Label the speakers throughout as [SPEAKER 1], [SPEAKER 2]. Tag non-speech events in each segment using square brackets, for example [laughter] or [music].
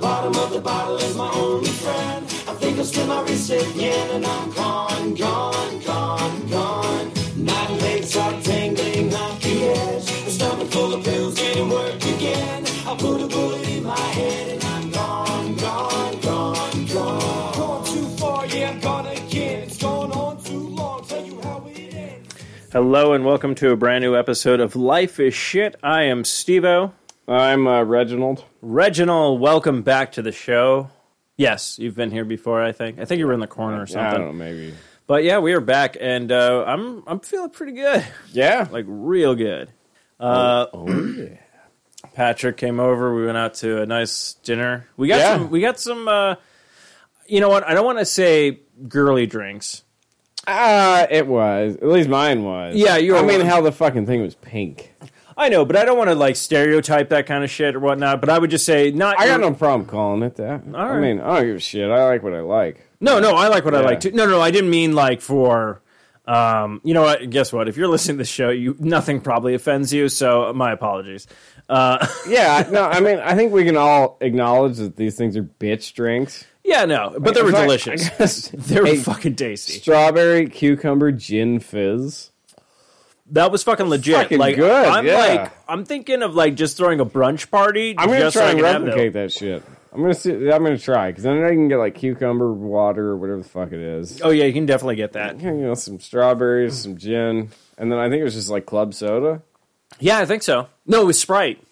[SPEAKER 1] bottom of the bottle is my only friend. I think I'll slit my wrist again, and I'm gone, gone, gone, gone. Night and legs are tangling off the edge. The stomach full of pills didn't work again. I put a bullet in my head, and I'm gone, gone, gone, gone. Gone too far, yeah, I'm gone again. It's gone on too long. Tell you how it ends.
[SPEAKER 2] Hello and welcome to a brand new episode of Life is Shit. I am Stevo.
[SPEAKER 3] I'm uh, Reginald.
[SPEAKER 2] Reginald, welcome back to the show. Yes, you've been here before, I think. I think you were in the corner or
[SPEAKER 3] I don't
[SPEAKER 2] something.
[SPEAKER 3] know, maybe.
[SPEAKER 2] But yeah, we are back and uh, I'm I'm feeling pretty good. [laughs]
[SPEAKER 3] Yeah.
[SPEAKER 2] Like real good. Uh, Patrick came over, we went out to a nice dinner. We got
[SPEAKER 3] Yeah.
[SPEAKER 2] some we got some uh, you know what, I don't want to say girly drinks.
[SPEAKER 3] Ah, it was. At least mine was.
[SPEAKER 2] Yeah, you
[SPEAKER 3] I
[SPEAKER 2] were
[SPEAKER 3] mean,
[SPEAKER 2] one.
[SPEAKER 3] hell, the fucking thing was pink.
[SPEAKER 2] I know, but I don't want to like stereotype that kind of shit or whatnot. But I would just say not.
[SPEAKER 3] I got no problem calling it that. I
[SPEAKER 2] right.
[SPEAKER 3] mean, I don't give a shit. I like what I like.
[SPEAKER 2] No, no, I like what I
[SPEAKER 3] Yeah.
[SPEAKER 2] like too. No, no, I didn't mean like for. Um, you know what? Guess what? If you're listening to the show, you nothing probably offends you. So my apologies. Uh, [laughs]
[SPEAKER 3] Yeah, I- no, I mean, I think we can all acknowledge that these things are bitch drinks.
[SPEAKER 2] yeah, no, but they were
[SPEAKER 3] It's like-
[SPEAKER 2] delicious.
[SPEAKER 3] I
[SPEAKER 2] [laughs]
[SPEAKER 3] guess-
[SPEAKER 2] They were
[SPEAKER 3] Hey,
[SPEAKER 2] fucking tasty.
[SPEAKER 3] Strawberry cucumber gin fizz.
[SPEAKER 2] That was fucking legit.
[SPEAKER 3] Fucking
[SPEAKER 2] like
[SPEAKER 3] good,
[SPEAKER 2] I'm
[SPEAKER 3] yeah.
[SPEAKER 2] like I'm thinking of like just throwing a brunch party.
[SPEAKER 3] I'm gonna
[SPEAKER 2] just so
[SPEAKER 3] try
[SPEAKER 2] I
[SPEAKER 3] and
[SPEAKER 2] can have
[SPEAKER 3] replicate that shit. I'm gonna see. I'm gonna try because then I can get like cucumber water or whatever the fuck it is.
[SPEAKER 2] that. Oh yeah, you can definitely get that.
[SPEAKER 3] You know, some strawberries, some gin, and then I think it was just like club soda.
[SPEAKER 2] Yeah, I think so. No, it was Sprite.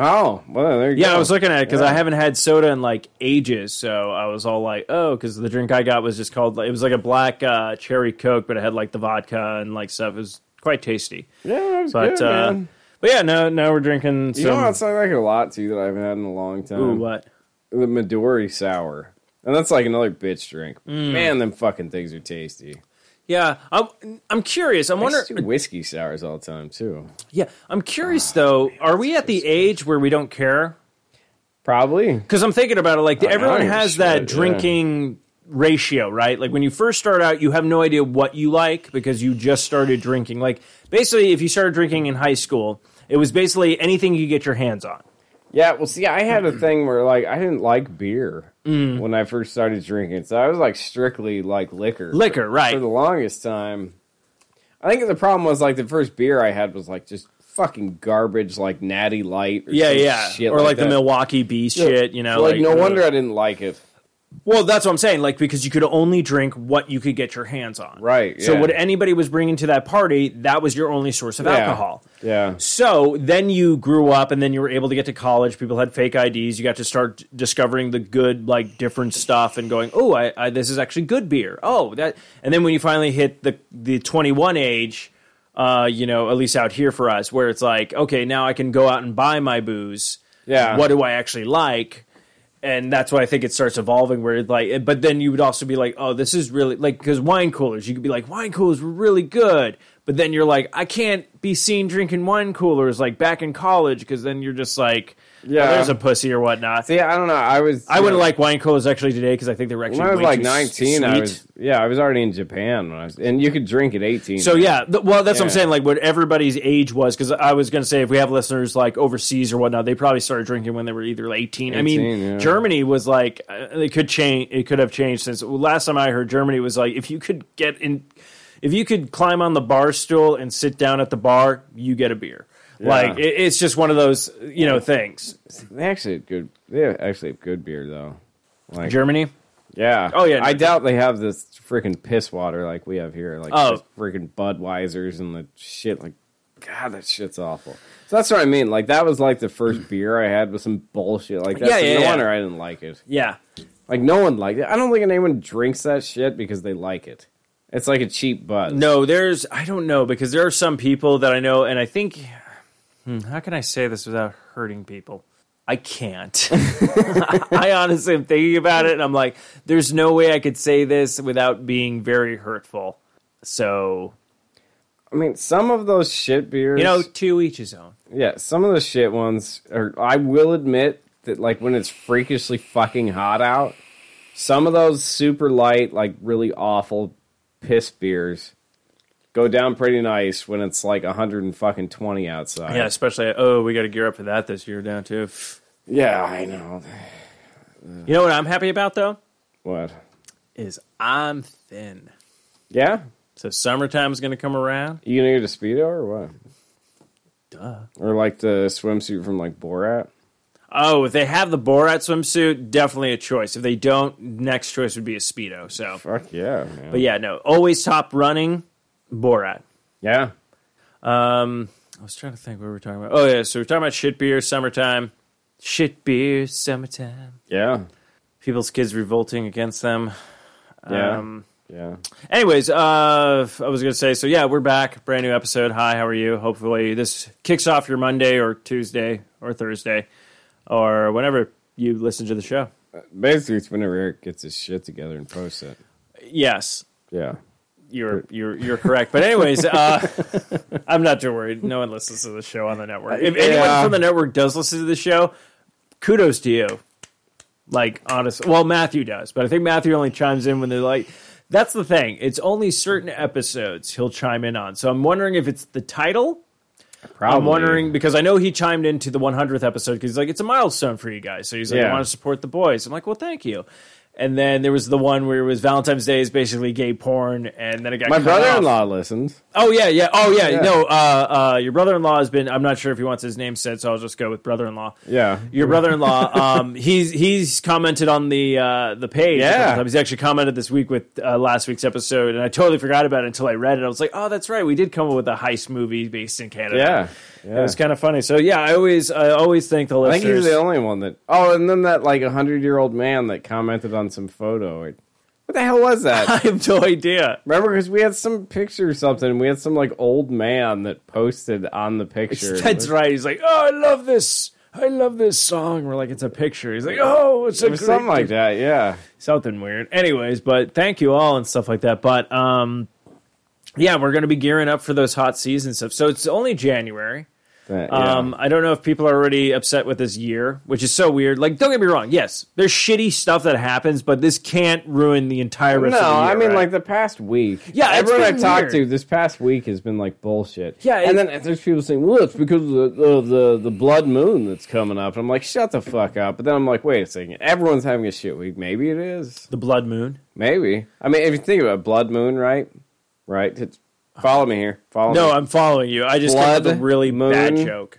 [SPEAKER 3] Oh, well, there you
[SPEAKER 2] Yeah,
[SPEAKER 3] go.
[SPEAKER 2] I was looking at it because I
[SPEAKER 3] Yeah.
[SPEAKER 2] haven't had soda in like ages, so I was all like, "Oh," because the drink I got was just called like, it was like a black uh, cherry coke, but it had like the vodka and like stuff. It was quite tasty,
[SPEAKER 3] Yeah, that was
[SPEAKER 2] but
[SPEAKER 3] good,
[SPEAKER 2] uh,
[SPEAKER 3] man.
[SPEAKER 2] but yeah, no, now we're drinking
[SPEAKER 3] You know
[SPEAKER 2] some.
[SPEAKER 3] what's I like a lot too that I haven't had in a long time?
[SPEAKER 2] ooh, what?
[SPEAKER 3] The Midori sour, and that's like another bitch drink. Man, them fucking things are tasty.
[SPEAKER 2] Yeah, I'm I'm curious. I'm
[SPEAKER 3] I
[SPEAKER 2] wondering.
[SPEAKER 3] used to do whiskey sours all the time too.
[SPEAKER 2] Yeah, I'm curious though. Are we at the age where we don't care?
[SPEAKER 3] Probably.
[SPEAKER 2] Because I'm thinking about it, like
[SPEAKER 3] I
[SPEAKER 2] everyone
[SPEAKER 3] don't
[SPEAKER 2] has
[SPEAKER 3] shit,
[SPEAKER 2] that
[SPEAKER 3] yeah.
[SPEAKER 2] drinking ratio, right? Like when you first start out, you have no idea what you like because you just started drinking. Like basically, if you started drinking in high school, it was basically anything you could get your hands on.
[SPEAKER 3] Yeah. Well, see, I had a thing where like I didn't like beer when I first started drinking, so I was like strictly like liquor.
[SPEAKER 2] Liquor, right.
[SPEAKER 3] For the longest time, I think the problem was like the first beer I had was like just fucking garbage, like Natty Light. Or
[SPEAKER 2] Yeah,
[SPEAKER 3] some
[SPEAKER 2] yeah,
[SPEAKER 3] Shit
[SPEAKER 2] or like, the
[SPEAKER 3] that.
[SPEAKER 2] Milwaukee Beast shit, you know.
[SPEAKER 3] like, no
[SPEAKER 2] ugh.
[SPEAKER 3] wonder I didn't like it.
[SPEAKER 2] Well, that's what I'm saying. Like because you could only drink what you could get your hands on.
[SPEAKER 3] Right,
[SPEAKER 2] So
[SPEAKER 3] yeah.
[SPEAKER 2] what anybody was bringing to that party, that was your only source of alcohol.
[SPEAKER 3] Yeah.
[SPEAKER 2] So then you grew up, and then you were able to get to college. People had fake IDs. You got to start discovering the good, like different stuff, and going, "Oh, I, I this is actually good beer." Oh, that. And then when you finally hit the the twenty one age, uh, you know, at least out here for us, where it's like, okay, now I can go out and buy my booze.
[SPEAKER 3] Yeah.
[SPEAKER 2] What do I actually like? And that's why I think it starts evolving. Where it's like, but then you would also be like, oh, this is really like because wine coolers. You could be like, wine coolers were really good, but then you're like, I can't be seen drinking wine coolers like back in college because then you're just like, yeah,
[SPEAKER 3] Yeah.
[SPEAKER 2] there's a pussy or whatnot.
[SPEAKER 3] See, I don't know. I was.
[SPEAKER 2] I wouldn't like wine coolers actually today because I think they were actually
[SPEAKER 3] When I was
[SPEAKER 2] way
[SPEAKER 3] like
[SPEAKER 2] too s-
[SPEAKER 3] 19, I
[SPEAKER 2] sweet.
[SPEAKER 3] was. Yeah, I was already in Japan when I was, and you could drink at 18.
[SPEAKER 2] So yeah, th- well, that's what I'm
[SPEAKER 3] Yeah.
[SPEAKER 2] saying. Like what everybody's age was, because I was going to say if we have listeners like overseas or whatnot, they probably started drinking when they were either like 18. I mean,
[SPEAKER 3] 18, yeah.
[SPEAKER 2] Germany was like uh, it could change. It could have changed since well, last time I heard Germany was like if you could get in, if you could climb on the bar stool and sit down at the bar, you get a beer. Like it, it's just one of those you know things.
[SPEAKER 3] they actually had good. They actually have good beer though. Like
[SPEAKER 2] Germany.
[SPEAKER 3] yeah.
[SPEAKER 2] Oh, yeah,
[SPEAKER 3] I
[SPEAKER 2] no.
[SPEAKER 3] doubt they have this freaking piss water like we have here. Like
[SPEAKER 2] Oh.
[SPEAKER 3] just freaking Budweisers and the shit. Like God, that shit's awful. So that's what I mean. Like that was like
[SPEAKER 2] [clears throat]
[SPEAKER 3] the first beer I had with some bullshit like that.
[SPEAKER 2] Yeah,
[SPEAKER 3] so
[SPEAKER 2] yeah,
[SPEAKER 3] no
[SPEAKER 2] yeah.
[SPEAKER 3] wonder I didn't like it.
[SPEAKER 2] Yeah.
[SPEAKER 3] Like no one liked it. I don't think anyone drinks that shit because they like it. It's like a cheap buzz.
[SPEAKER 2] No, there's I don't know because there are some people that I know, and I think hmm, how can I say this without hurting people? I [laughs] can't. I honestly am thinking about it, and I'm like, there's no way I could say this without being very hurtful. So
[SPEAKER 3] I mean some of those shit beers.
[SPEAKER 2] you know, to each his own.
[SPEAKER 3] yeah, some of the shit ones. Are, I will admit that like when it's freakishly fucking hot out, some of those super light, like really awful piss beers go down pretty nice when it's like 120 outside.
[SPEAKER 2] Yeah, especially oh, we got to gear up for that this year down too.
[SPEAKER 3] Yeah, I know.
[SPEAKER 2] You know what I'm happy about though
[SPEAKER 3] What?
[SPEAKER 2] is I'm thin.
[SPEAKER 3] Yeah?
[SPEAKER 2] So summertime's going to come around.
[SPEAKER 3] You gonna get a speedo or what?
[SPEAKER 2] Duh.
[SPEAKER 3] Or like the swimsuit from like Borat?
[SPEAKER 2] Oh, if they have the Borat swimsuit, definitely a choice. If they don't, next choice would be a speedo. So,
[SPEAKER 3] Fuck yeah, man.
[SPEAKER 2] but yeah, no, always top running Borat.
[SPEAKER 3] yeah.
[SPEAKER 2] I was trying to think what we were talking about. Oh yeah, so we're talking about shit beer, summertime, shit beer, summertime.
[SPEAKER 3] Yeah.
[SPEAKER 2] People's kids revolting against them.
[SPEAKER 3] Yeah.
[SPEAKER 2] Um,
[SPEAKER 3] yeah.
[SPEAKER 2] Anyways, uh, I was gonna say, so yeah, we're back, brand new episode. Hi, how are you? Hopefully, this kicks off your Monday or Tuesday or Thursday or whenever you listen to the show.
[SPEAKER 3] Basically, it's whenever Eric gets his shit together and posts it.
[SPEAKER 2] Yes,
[SPEAKER 3] Yeah.
[SPEAKER 2] you're you're you're correct. But anyways, uh, I'm not too worried. No one listens to the show on the network. If anyone
[SPEAKER 3] Yeah.
[SPEAKER 2] from the network does listen to the show, kudos to you. Like honestly, well, Matthew does, but I think Matthew only chimes in when they're like. That's the thing. It's only certain episodes he'll chime in on. So I'm wondering if it's the title.
[SPEAKER 3] Probably.
[SPEAKER 2] I'm wondering because I know he chimed into the 100th episode because he's like, it's a milestone for you guys. So he's like, I
[SPEAKER 3] Yeah.
[SPEAKER 2] want to support the boys. I'm like, well, thank you. And then there was the one where it was Valentine's Day is basically gay porn, and then it got
[SPEAKER 3] My
[SPEAKER 2] cut off.
[SPEAKER 3] brother-in-law listens.
[SPEAKER 2] Oh yeah, yeah. Oh yeah.
[SPEAKER 3] Yeah.
[SPEAKER 2] No, uh, uh, your brother-in-law has been. I'm not sure if he wants his name said, so I'll just go with brother-in-law.
[SPEAKER 3] Yeah.
[SPEAKER 2] Your
[SPEAKER 3] [laughs]
[SPEAKER 2] brother-in-law, um, he's he's commented on the uh, the page. a
[SPEAKER 3] Yeah.
[SPEAKER 2] couple times. he's actually commented this week with uh, last week's episode, and I totally forgot about it until I read it. I was like, oh, that's right, we did come up with a heist movie based in Canada.
[SPEAKER 3] Yeah. Yeah.
[SPEAKER 2] it was kind of funny. So yeah, I always I always thank the
[SPEAKER 3] I
[SPEAKER 2] listeners.
[SPEAKER 3] think he's the only one that. Oh, and then that like hundred-year-old man that commented on some photo. It- What the hell was
[SPEAKER 2] I
[SPEAKER 3] [laughs]
[SPEAKER 2] [laughs]
[SPEAKER 3] that?
[SPEAKER 2] have no idea.
[SPEAKER 3] Remember, because we had some picture or something. We had some like old man that posted on the picture.
[SPEAKER 2] That's right. He's like, oh, I love this. I love this song. We're like, it's a picture. He's like, oh, it's a
[SPEAKER 3] It was
[SPEAKER 2] great
[SPEAKER 3] something like that. Yeah.
[SPEAKER 2] something weird. Anyways, but thank you all and stuff like that. But um, yeah, we're gonna be gearing up for those hot season stuff. So it's only January.
[SPEAKER 3] That- yeah.
[SPEAKER 2] Um, I don't know if people are already upset with this year, which is so weird. Like, don't get me wrong. Yes, there's shitty stuff that happens, but this can't ruin the entire rest
[SPEAKER 3] no,
[SPEAKER 2] of the year.
[SPEAKER 3] I mean
[SPEAKER 2] right?
[SPEAKER 3] like the past week.
[SPEAKER 2] Yeah, it's
[SPEAKER 3] everyone
[SPEAKER 2] been
[SPEAKER 3] I've talked
[SPEAKER 2] weird.
[SPEAKER 3] to this past week has been like bullshit.
[SPEAKER 2] Yeah,
[SPEAKER 3] and
[SPEAKER 2] it-
[SPEAKER 3] then there's people saying, "Well, it's because of the, of the the blood moon that's coming up." I'm like, "Shut the fuck up!" But then I'm like, "Wait a second, everyone's having a shit week. Maybe it is.
[SPEAKER 2] the blood moon.
[SPEAKER 3] Maybe. I mean, if you think about it, blood moon, right? Right. It's, follow me here. Follow
[SPEAKER 2] No,
[SPEAKER 3] me.
[SPEAKER 2] I'm following you. I just came up with a
[SPEAKER 3] Blood
[SPEAKER 2] really bad
[SPEAKER 3] moon.
[SPEAKER 2] joke.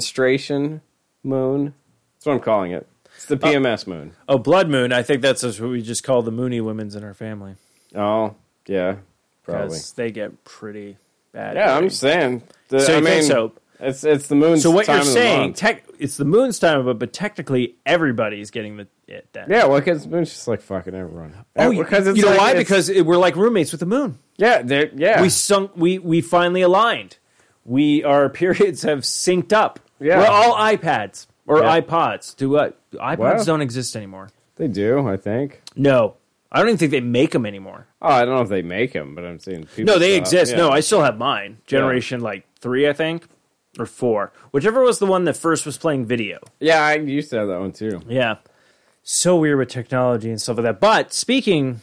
[SPEAKER 3] menstruation moon. That's what I'm calling it. It's the PMS moon.
[SPEAKER 2] Oh, blood moon. I think that's what we just call the Mooney women's in our family
[SPEAKER 3] Oh, yeah, probably.
[SPEAKER 2] because they get pretty bad.
[SPEAKER 3] Yeah, I'm
[SPEAKER 2] rating.
[SPEAKER 3] just saying. The-
[SPEAKER 2] So
[SPEAKER 3] I
[SPEAKER 2] you think
[SPEAKER 3] mean,
[SPEAKER 2] so?
[SPEAKER 3] It's it's the moon's.
[SPEAKER 2] So what
[SPEAKER 3] time
[SPEAKER 2] you're
[SPEAKER 3] of the
[SPEAKER 2] saying,
[SPEAKER 3] month.
[SPEAKER 2] tech, it's the moon's time, but but technically everybody's getting the it then.
[SPEAKER 3] Yeah, well, because the moon's just like fucking everyone.
[SPEAKER 2] Oh,
[SPEAKER 3] Yeah,
[SPEAKER 2] you- you know
[SPEAKER 3] like-
[SPEAKER 2] why?
[SPEAKER 3] it's-
[SPEAKER 2] Because it, we're like roommates with the moon.
[SPEAKER 3] yeah, they're- yeah,
[SPEAKER 2] We sunk. We we finally aligned. We our [laughs] periods have synced up.
[SPEAKER 3] Yeah.
[SPEAKER 2] We're all iPads or
[SPEAKER 3] Yeah.
[SPEAKER 2] iPods. Do what? iPods
[SPEAKER 3] Wow.
[SPEAKER 2] don't exist anymore.
[SPEAKER 3] they do. I think.
[SPEAKER 2] No, I don't even think they make them anymore.
[SPEAKER 3] Oh, I don't know if they make them, but I'm seeing people.
[SPEAKER 2] No, they
[SPEAKER 3] still-
[SPEAKER 2] exist.
[SPEAKER 3] yeah.
[SPEAKER 2] No, I still have mine. Generation like three, I think, or four, whichever was the one that first was playing video.
[SPEAKER 3] yeah, I used to have that one too.
[SPEAKER 2] Yeah. So weird with technology and stuff like that. But speaking,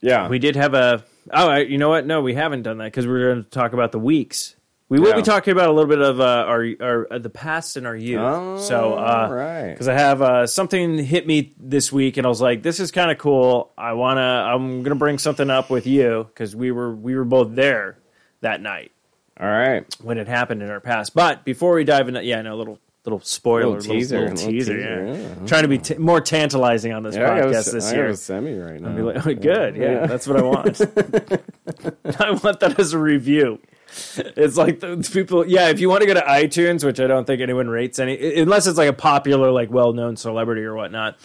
[SPEAKER 3] Yeah,
[SPEAKER 2] we did have a. Oh, I- you know what? No, we haven't done that because we are going to talk about the weeks. We will
[SPEAKER 3] Yeah.
[SPEAKER 2] be talking about a little bit of uh, our, our uh, the past and our youth.
[SPEAKER 3] Oh,
[SPEAKER 2] so, uh,
[SPEAKER 3] right.
[SPEAKER 2] because I have uh, something hit me this week, and I was like, "This is kind of cool. I wanna. I'm gonna bring something up with you because we were we were both there that night
[SPEAKER 3] All right.
[SPEAKER 2] when it happened in our past. But before we dive into, yeah, no little little spoiler,
[SPEAKER 3] Little
[SPEAKER 2] little
[SPEAKER 3] teaser,
[SPEAKER 2] teaser, little,
[SPEAKER 3] little
[SPEAKER 2] teaser,
[SPEAKER 3] teaser,
[SPEAKER 2] yeah.
[SPEAKER 3] yeah. uh-huh.
[SPEAKER 2] Trying to be t- more tantalizing on this
[SPEAKER 3] Yeah, I got
[SPEAKER 2] podcast
[SPEAKER 3] a-
[SPEAKER 2] this
[SPEAKER 3] I uh, got
[SPEAKER 2] year.
[SPEAKER 3] a semi right now.
[SPEAKER 2] Be like, oh, good, yeah, that's what I want. [laughs] I want that as a review. It's like the the people, yeah. If you want to go to iTunes, which I don't think anyone rates any, i- unless it's like a popular, like well-known celebrity or whatnot.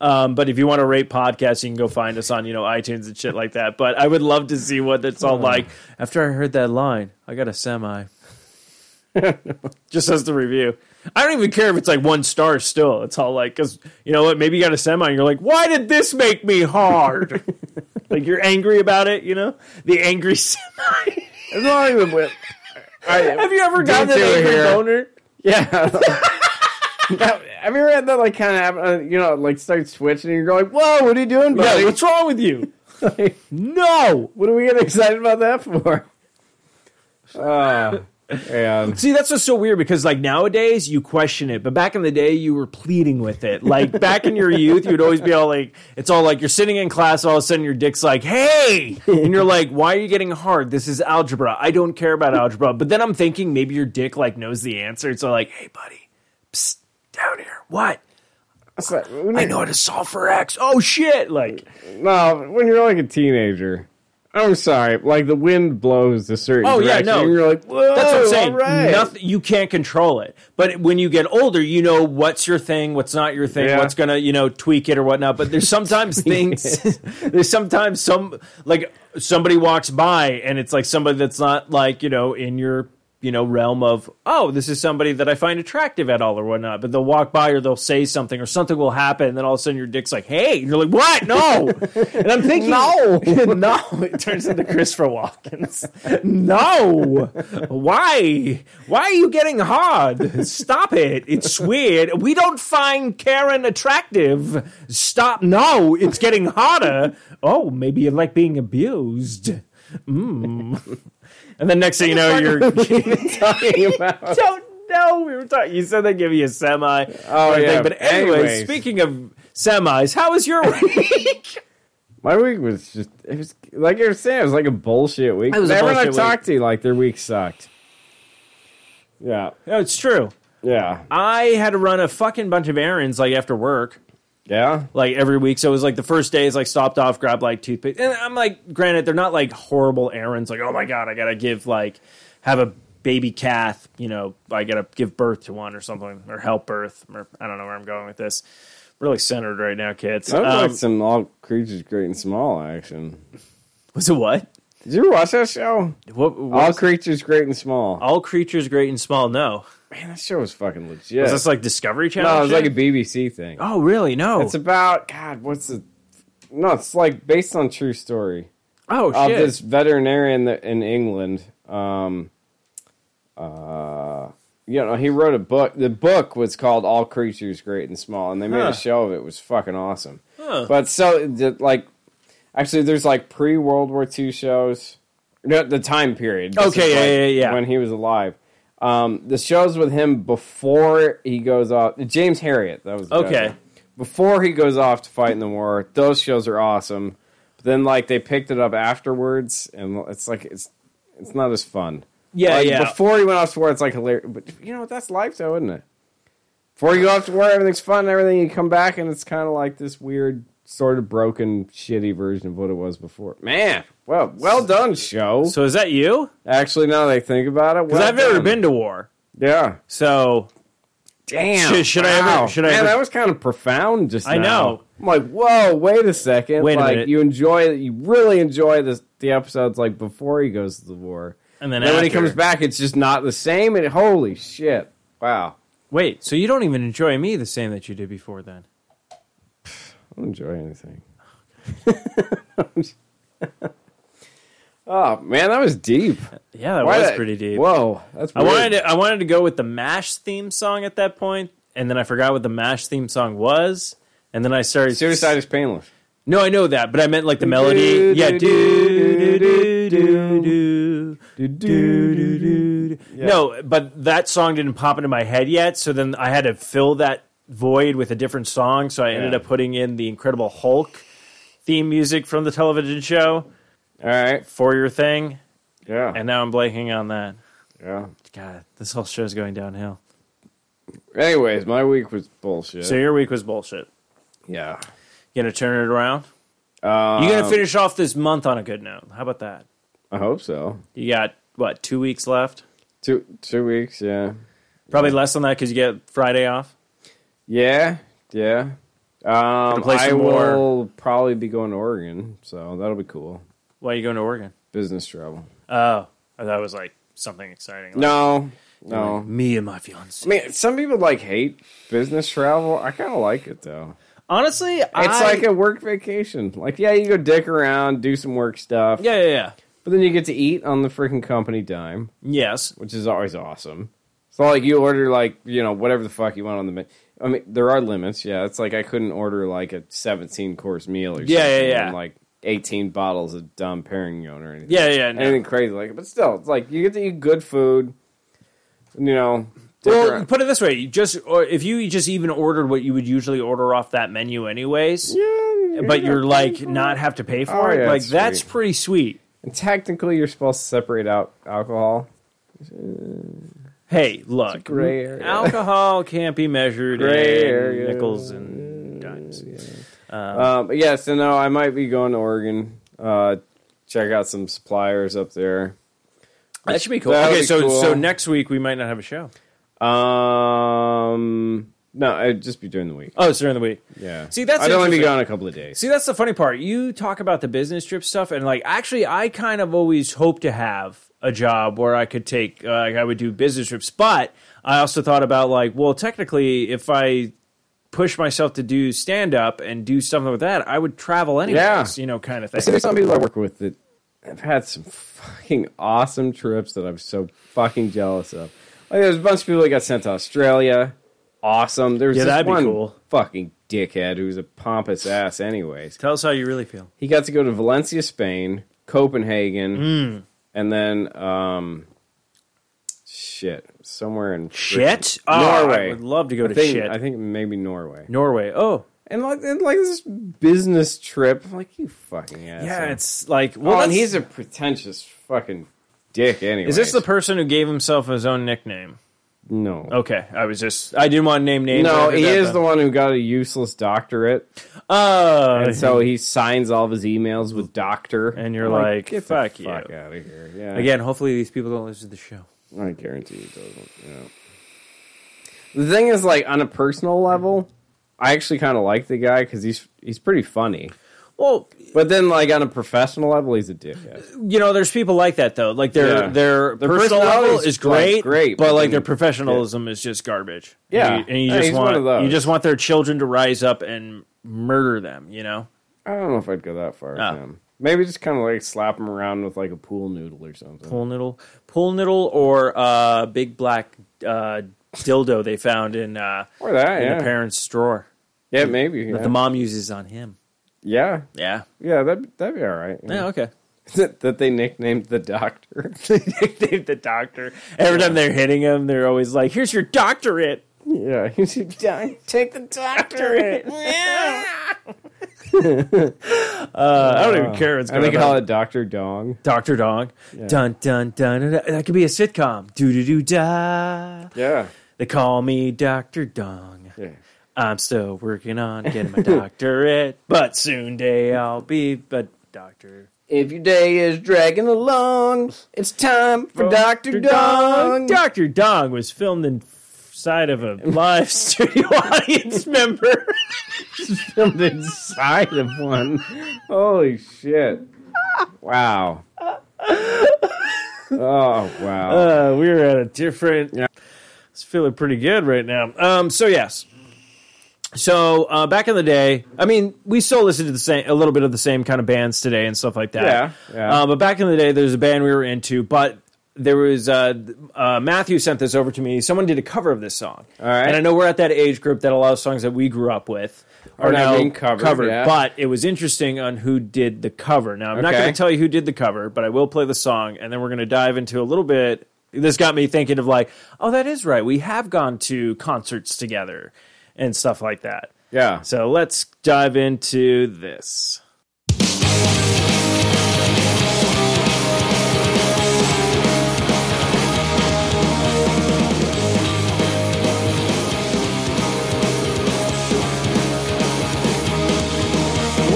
[SPEAKER 2] Um, but if you want to rate podcasts, you can go find us on you know iTunes and shit like that. But I would love to see what it's all like. After I heard that line, I got a [laughs] semi. Just as the review, I don't even care if it's like one star. Still, it's all like because you know what? Maybe you got a semi. and You're like, why did this make me hard? like you're angry about it. You know, the angry [laughs] semi.
[SPEAKER 3] it's not even
[SPEAKER 2] [laughs]
[SPEAKER 3] with. [laughs]
[SPEAKER 2] Have you ever gotten an
[SPEAKER 3] Detour
[SPEAKER 2] angry
[SPEAKER 3] here.
[SPEAKER 2] boner?
[SPEAKER 3] Yeah. Now, Have you ever had that like kind of happen? uh, You know, like start switching, and you're like, "Whoa, what are you doing, buddy?
[SPEAKER 2] Yeah, what's wrong with you?
[SPEAKER 3] [laughs] Like,
[SPEAKER 2] No. [laughs]
[SPEAKER 3] what are we getting excited about that for?" Uh, And
[SPEAKER 2] See, that's what's so weird because like nowadays you question it, but back in the day you were pleading with it. Like back in your youth, you'd always be all like, it's all like you're sitting in class, all of a sudden your dick's like, hey, and you're like, why are you getting hard? This is algebra. I don't care about algebra. But then I'm thinking maybe your dick like knows the answer, so like, hey, buddy, psst, down here, what?
[SPEAKER 3] it's like, when
[SPEAKER 2] I
[SPEAKER 3] you-
[SPEAKER 2] know how to solve for x. Oh shit! Like
[SPEAKER 3] no, when you're like a teenager, I'm sorry, like the wind blows a certain
[SPEAKER 2] Oh, yeah,
[SPEAKER 3] direction.
[SPEAKER 2] no.
[SPEAKER 3] and you're like, whoa,
[SPEAKER 2] That's what I'm saying.
[SPEAKER 3] all right. [laughs]
[SPEAKER 2] Nothing, you can't control it. But when you get older, you know what's your thing, what's not your thing,
[SPEAKER 3] Yeah.
[SPEAKER 2] what's gonna you know tweak it or whatnot. But there's sometimes
[SPEAKER 3] [laughs]
[SPEAKER 2] things. [laughs] there's sometimes some like somebody walks by and it's like somebody that's not like you know in your you know realm of oh this is somebody that I find attractive at all or whatnot. But they'll walk by or they'll say something or something will happen and then all of a sudden your dick's like hey and you're like what no
[SPEAKER 3] [laughs]
[SPEAKER 2] and I'm thinking [laughs] no no it turns into Christopher Walken. No. Why? Why are you getting hard? Stop it. It's weird. We don't find Karen attractive. Stop. No, it's getting harder. Oh, maybe you like being abused. Mm. And then next thing you know, you're [laughs]
[SPEAKER 3] Talking about-
[SPEAKER 2] don't know. We were talking. You said they give you a semi.
[SPEAKER 3] Oh,
[SPEAKER 2] or thing.
[SPEAKER 3] yeah.
[SPEAKER 2] But anyway,
[SPEAKER 3] Anyways.
[SPEAKER 2] speaking of semis, how was your week? [laughs]
[SPEAKER 3] My week was just it was like you were saying, it was like a bullshit week.
[SPEAKER 2] It was a
[SPEAKER 3] Everyone I
[SPEAKER 2] bullshit
[SPEAKER 3] talked to, like their week sucked. Yeah,
[SPEAKER 2] no, Oh, it's true.
[SPEAKER 3] yeah,
[SPEAKER 2] I had to run a fucking bunch of errands like after work.
[SPEAKER 3] yeah.
[SPEAKER 2] like every week. So it was like the first day is like stopped off, grabbed like toothpaste. And I'm like, granted, they're not like horrible errands. Like, oh my God, I got to give like, have a baby calf, you know, I got to give birth to one or something or help birth. Or I don't know where I'm going with this. Really centered right now, kids.
[SPEAKER 3] That was
[SPEAKER 2] Um,
[SPEAKER 3] like some all creatures great and small action.
[SPEAKER 2] was it what?
[SPEAKER 3] Did you watch that show?
[SPEAKER 2] What, what
[SPEAKER 3] all
[SPEAKER 2] was-
[SPEAKER 3] creatures great and small.
[SPEAKER 2] all creatures great and small? No.
[SPEAKER 3] Man, that show was fucking legit.
[SPEAKER 2] Is this like Discovery Channel?
[SPEAKER 3] no, it was
[SPEAKER 2] shit?
[SPEAKER 3] like a BBC thing.
[SPEAKER 2] oh, really? No.
[SPEAKER 3] It's about God. What's the? No, it's like based on true story
[SPEAKER 2] oh,
[SPEAKER 3] of
[SPEAKER 2] shit.
[SPEAKER 3] this veterinarian that, in England. Um, uh, you know, he wrote a book. The book was called "All Creatures Great and Small," and they made
[SPEAKER 2] Huh.
[SPEAKER 3] a show of it. It was fucking awesome.
[SPEAKER 2] Huh.
[SPEAKER 3] But so, the- like, actually, there's like pre World War II shows. No, the time period. This
[SPEAKER 2] Okay,
[SPEAKER 3] is,
[SPEAKER 2] yeah,
[SPEAKER 3] like,
[SPEAKER 2] yeah, yeah.
[SPEAKER 3] When he was alive. Um, the shows with him before he goes off. James Harriet, that was the
[SPEAKER 2] Okay.
[SPEAKER 3] guy. Before he goes off to fight in the war, those shows are awesome. But then, like, they picked it up afterwards, and it's like it's it's not as fun.
[SPEAKER 2] yeah,
[SPEAKER 3] Like,
[SPEAKER 2] yeah.
[SPEAKER 3] Before he went off to war, it's like hilarious. But you know what? That's life, though, isn't it? Before you go off to war, everything's fun and everything. You come back, and it's kind of like this weird, sort of broken, shitty version of what it was before. Man, well, well done, show.
[SPEAKER 2] so is that you?
[SPEAKER 3] Actually, now that I think about it,
[SPEAKER 2] Because
[SPEAKER 3] well
[SPEAKER 2] I've never
[SPEAKER 3] done.
[SPEAKER 2] been to war.
[SPEAKER 3] Yeah.
[SPEAKER 2] So
[SPEAKER 3] Damn.
[SPEAKER 2] Should- should I ever-
[SPEAKER 3] Wow.
[SPEAKER 2] should I
[SPEAKER 3] Man,
[SPEAKER 2] ever-
[SPEAKER 3] that was kind of profound. Just
[SPEAKER 2] I
[SPEAKER 3] now.
[SPEAKER 2] know.
[SPEAKER 3] I'm like, whoa, wait a second.
[SPEAKER 2] Wait a
[SPEAKER 3] like
[SPEAKER 2] minute.
[SPEAKER 3] you enjoy, you really enjoy this, the episodes like before he goes to the war,
[SPEAKER 2] And then
[SPEAKER 3] and then when he
[SPEAKER 2] after.
[SPEAKER 3] comes back, it's just not the same. And holy shit, wow,
[SPEAKER 2] Wait, so you don't even enjoy me the same that you did before then?
[SPEAKER 3] I don't enjoy anything. [laughs] oh man, that was deep.
[SPEAKER 2] Yeah, that
[SPEAKER 3] Why
[SPEAKER 2] was
[SPEAKER 3] that-
[SPEAKER 2] pretty deep.
[SPEAKER 3] Whoa, that's.
[SPEAKER 2] I
[SPEAKER 3] weird.
[SPEAKER 2] wanted to, I wanted to go with the Mash theme song at that point, and then I forgot what the Mash theme song was, and then I started
[SPEAKER 3] Suicide is painless.
[SPEAKER 2] No, I know that, but I meant like the melody.
[SPEAKER 3] Do, do,
[SPEAKER 2] Yeah,
[SPEAKER 3] do,
[SPEAKER 2] do do
[SPEAKER 3] do,
[SPEAKER 2] do do
[SPEAKER 3] do,
[SPEAKER 2] do. Do, do, do, do. No, but that song didn't pop into my head yet, so then I had to fill that void with a different song, so I ended
[SPEAKER 3] Yeah.
[SPEAKER 2] up putting in the Incredible Hulk theme music from the television show
[SPEAKER 3] All right.
[SPEAKER 2] for your thing.
[SPEAKER 3] Yeah.
[SPEAKER 2] And now I'm blanking on that.
[SPEAKER 3] yeah.
[SPEAKER 2] God, this whole show's going downhill.
[SPEAKER 3] Anyways, my week was bullshit.
[SPEAKER 2] So your week was bullshit.
[SPEAKER 3] yeah.
[SPEAKER 2] You gonna turn it around?
[SPEAKER 3] Um,
[SPEAKER 2] You gonna finish off this month on a good note? How about that?
[SPEAKER 3] I hope so.
[SPEAKER 2] You got what two weeks left?
[SPEAKER 3] Two two weeks, yeah,
[SPEAKER 2] Probably less than that because you get Friday off.
[SPEAKER 3] yeah, yeah. Um,
[SPEAKER 2] play
[SPEAKER 3] I
[SPEAKER 2] some more.
[SPEAKER 3] will probably be going to Oregon, so that'll be cool.
[SPEAKER 2] Why are you going to Oregon?
[SPEAKER 3] Business travel.
[SPEAKER 2] Oh, I thought it was like something exciting. Like,
[SPEAKER 3] No, no.
[SPEAKER 2] me and my
[SPEAKER 3] I
[SPEAKER 2] fiance.
[SPEAKER 3] mean, some people like hate business travel. I kind of like it though.
[SPEAKER 2] Honestly,
[SPEAKER 3] It's
[SPEAKER 2] I,
[SPEAKER 3] like a work vacation. Like, yeah, you go dick around, do some work stuff,
[SPEAKER 2] yeah, yeah, yeah.
[SPEAKER 3] but then you get to eat on the freaking company dime.
[SPEAKER 2] Yes,
[SPEAKER 3] which is always awesome. So like you order like you know whatever the fuck you want on the menu. I mean there are limits. Yeah, it's like I couldn't order like a seventeen course meal or
[SPEAKER 2] Yeah, yeah,
[SPEAKER 3] something
[SPEAKER 2] yeah.
[SPEAKER 3] and, like eighteen bottles of Dom Perignon or anything.
[SPEAKER 2] yeah, yeah. No.
[SPEAKER 3] anything crazy like. it. But still, it's like you get to eat good food. you know.
[SPEAKER 2] Well,
[SPEAKER 3] different-
[SPEAKER 2] put it this way: you just or if you just even ordered what you would usually order off that menu, anyways. But you're like not have to pay for
[SPEAKER 3] Oh,
[SPEAKER 2] it.
[SPEAKER 3] yeah,
[SPEAKER 2] like
[SPEAKER 3] that's
[SPEAKER 2] that's
[SPEAKER 3] sweet.
[SPEAKER 2] pretty sweet.
[SPEAKER 3] And technically, you're supposed to separate out alcohol.
[SPEAKER 2] Hey, look,
[SPEAKER 3] gray area.
[SPEAKER 2] alcohol can't be measured
[SPEAKER 3] Gray
[SPEAKER 2] in
[SPEAKER 3] area.
[SPEAKER 2] nickels and dimes.
[SPEAKER 3] Um, but yeah, so no, I might be going to Oregon. Uh, check out some suppliers up there.
[SPEAKER 2] That should be cool.
[SPEAKER 3] That'll
[SPEAKER 2] okay,
[SPEAKER 3] be
[SPEAKER 2] so
[SPEAKER 3] cool.
[SPEAKER 2] so next week we might not have a show.
[SPEAKER 3] Um, no, it'd just be during the week.
[SPEAKER 2] Oh, it's during the week.
[SPEAKER 3] Yeah.
[SPEAKER 2] See, that's
[SPEAKER 3] I'd only be
[SPEAKER 2] interesting.
[SPEAKER 3] gone a couple of days.
[SPEAKER 2] See, that's the funny part. You talk about the business trip stuff, and like, actually, I kind of always hoped to have a job where I could take, uh, like, I would do business trips. But I also thought about, like, well, technically, if I push myself to do stand up and do something with that, I would travel anyways,
[SPEAKER 3] Yeah.
[SPEAKER 2] you know, kind of
[SPEAKER 3] So
[SPEAKER 2] thing.
[SPEAKER 3] there's some people I work with that have had some fucking awesome trips that I'm so fucking jealous of. Like there's a bunch of people that got sent to Australia. Awesome. There's
[SPEAKER 2] Yeah,
[SPEAKER 3] this
[SPEAKER 2] that'd be
[SPEAKER 3] one
[SPEAKER 2] cool.
[SPEAKER 3] fucking dickhead who's a pompous ass anyways.
[SPEAKER 2] Tell us how you really feel.
[SPEAKER 3] He got to go to Valencia, Spain, Copenhagen,
[SPEAKER 2] Hmm.
[SPEAKER 3] and then um shit. Somewhere in
[SPEAKER 2] Shit? Oh,
[SPEAKER 3] freaking- Norway.
[SPEAKER 2] I would love to go
[SPEAKER 3] I
[SPEAKER 2] to
[SPEAKER 3] think,
[SPEAKER 2] shit.
[SPEAKER 3] I think maybe Norway.
[SPEAKER 2] Norway. Oh,
[SPEAKER 3] And like and like this business trip. I'm like you fucking asshole.
[SPEAKER 2] yeah. It's like, well,
[SPEAKER 3] Well, Oh, and
[SPEAKER 2] that's-
[SPEAKER 3] he's a pretentious fucking dick anyway.
[SPEAKER 2] is this the person who gave himself his own nickname?
[SPEAKER 3] No.
[SPEAKER 2] Okay, I was just, I didn't want to name names.
[SPEAKER 3] Oh, No,
[SPEAKER 2] I did
[SPEAKER 3] he
[SPEAKER 2] that,
[SPEAKER 3] is
[SPEAKER 2] but-
[SPEAKER 3] the one who got a useless [laughs] doctorate,
[SPEAKER 2] Oh,
[SPEAKER 3] and so he signs all of his emails with doctor.
[SPEAKER 2] And you're
[SPEAKER 3] I'm
[SPEAKER 2] like,
[SPEAKER 3] get
[SPEAKER 2] fuck
[SPEAKER 3] the
[SPEAKER 2] you."
[SPEAKER 3] fuck out of here. Yeah,
[SPEAKER 2] Again, hopefully these people don't listen to the show.
[SPEAKER 3] I guarantee he doesn't. Yeah. The thing is, like on a personal level, I actually kind of like the guy because he's he's pretty funny.
[SPEAKER 2] Well,
[SPEAKER 3] But then, like on a professional level, he's a dickhead.
[SPEAKER 2] you know, there's people like that though. Like their
[SPEAKER 3] Yeah.
[SPEAKER 2] their,
[SPEAKER 3] Their
[SPEAKER 2] personal level
[SPEAKER 3] personality's,
[SPEAKER 2] is great,
[SPEAKER 3] like, great,
[SPEAKER 2] but
[SPEAKER 3] but
[SPEAKER 2] like
[SPEAKER 3] then-
[SPEAKER 2] their professionalism is just garbage.
[SPEAKER 3] Yeah.
[SPEAKER 2] and you, and you
[SPEAKER 3] Yeah,
[SPEAKER 2] just
[SPEAKER 3] he's one
[SPEAKER 2] want
[SPEAKER 3] of those.
[SPEAKER 2] you just want their children to rise up and murder them. You know,
[SPEAKER 3] I don't know if I'd go that far
[SPEAKER 2] Ah.
[SPEAKER 3] with him. Maybe just kind of like slap him around with like a pool noodle or something.
[SPEAKER 2] pool noodle, pool noodle, or uh, big black uh, dildo they found in uh,
[SPEAKER 3] Or that,
[SPEAKER 2] in
[SPEAKER 3] yeah.
[SPEAKER 2] the parents' drawer
[SPEAKER 3] Yeah, maybe. Yeah.
[SPEAKER 2] that the mom uses on him.
[SPEAKER 3] yeah,
[SPEAKER 2] Yeah.
[SPEAKER 3] yeah, that'd, that'd be all right.
[SPEAKER 2] Yeah. Okay.
[SPEAKER 3] [laughs]
[SPEAKER 2] [laughs]
[SPEAKER 3] that, that they nicknamed the doctor. [laughs]
[SPEAKER 2] Nicknamed the doctor. Every time they're hitting him, they're always like, "Here's your doctorate."
[SPEAKER 3] yeah, [laughs] take the [laughs] doctorate.
[SPEAKER 2] Uh, I don't even care what's
[SPEAKER 3] I
[SPEAKER 2] going
[SPEAKER 3] think
[SPEAKER 2] on.
[SPEAKER 3] they call it Doctor Dong.
[SPEAKER 2] Doctor Dog. Dun dun dun. dun, dun. That could be a sitcom. Do do do da.
[SPEAKER 3] Yeah,
[SPEAKER 2] They call me Doctor Dong.
[SPEAKER 3] yeah.
[SPEAKER 2] I'm still working on getting [laughs] my doctorate, but soon day I'll be a doctor.
[SPEAKER 3] If your day is dragging along, it's time for Doctor Dong.
[SPEAKER 2] Doctor Dong was filmed in side of a live [laughs] studio audience member.
[SPEAKER 3] filmed inside of one. Holy shit!
[SPEAKER 2] [laughs]
[SPEAKER 3] Wow. Oh wow.
[SPEAKER 2] Uh, we are at a different.
[SPEAKER 3] Yeah.
[SPEAKER 2] It's feeling pretty good right now. Um, so yes. So uh, back in the day, I mean, we still listen to the same, a little bit of the same kind of bands today and stuff like that.
[SPEAKER 3] Yeah, yeah.
[SPEAKER 2] Uh, but back in the day, there was a band we were into, but there was uh, th- uh, Matthew sent this over to me. Someone did a cover of this song,
[SPEAKER 3] All right.
[SPEAKER 2] and I know we're at that age group that a lot of songs that we grew up with are,
[SPEAKER 3] Are now
[SPEAKER 2] now
[SPEAKER 3] being covered, yeah.
[SPEAKER 2] But it was interesting on who did the cover. Now I'm not
[SPEAKER 3] Okay.
[SPEAKER 2] going to tell you who did the cover, but I will play the song, and then we're going to dive into a little bit. This got me thinking of like, oh, that is right. We have gone to concerts together and stuff like that.
[SPEAKER 3] yeah.
[SPEAKER 2] So let's dive into this.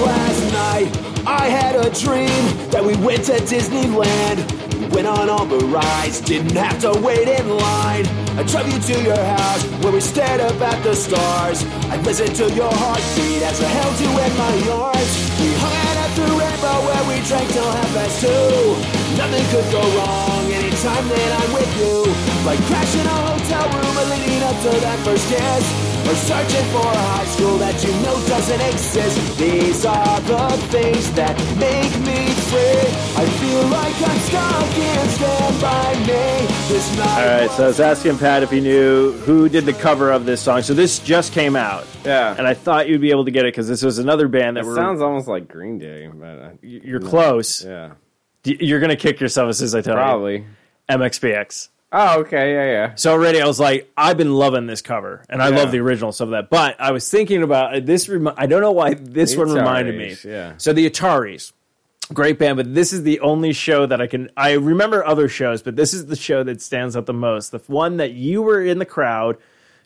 [SPEAKER 1] Last night, I had a dream that we went to Disneyland. We Went on all the rides, didn't have to wait in line. I drove you to your house where we stared up at the stars. I listened to your heartbeat as I held you in my arms. We hung out at the rainbow where we drank till half past two. Nothing could go wrong anytime that I'm with you. Like crashing a hotel room or leading up to that first kiss. Or searching for a high school that you know doesn't exist. These are the things that make me free. I feel like I'm stuck in Stand By Me. This night.
[SPEAKER 2] All right, so I was asking Pat if he knew who did the cover of this song. So this just came out.
[SPEAKER 3] Yeah.
[SPEAKER 2] And I thought you'd be able to get it because this was another band that
[SPEAKER 3] It
[SPEAKER 2] were.
[SPEAKER 3] sounds almost like Green Day, but uh, I,
[SPEAKER 2] you're close.
[SPEAKER 3] yeah,
[SPEAKER 2] D- You're going to kick yourself as soon as I tell
[SPEAKER 3] probably.
[SPEAKER 2] you. MXPX.
[SPEAKER 3] Oh, okay, yeah, yeah.
[SPEAKER 2] So already I was like, I've been loving this cover, and I
[SPEAKER 3] Yeah.
[SPEAKER 2] love the original stuff of that. But I was thinking about uh, this. Remi- I don't know why this one reminded me.
[SPEAKER 3] Ataris, yeah.
[SPEAKER 2] So the Ataris, great band, but this is the only show that I can. I remember other shows, but this is the show that stands out the most. The one that you were in the crowd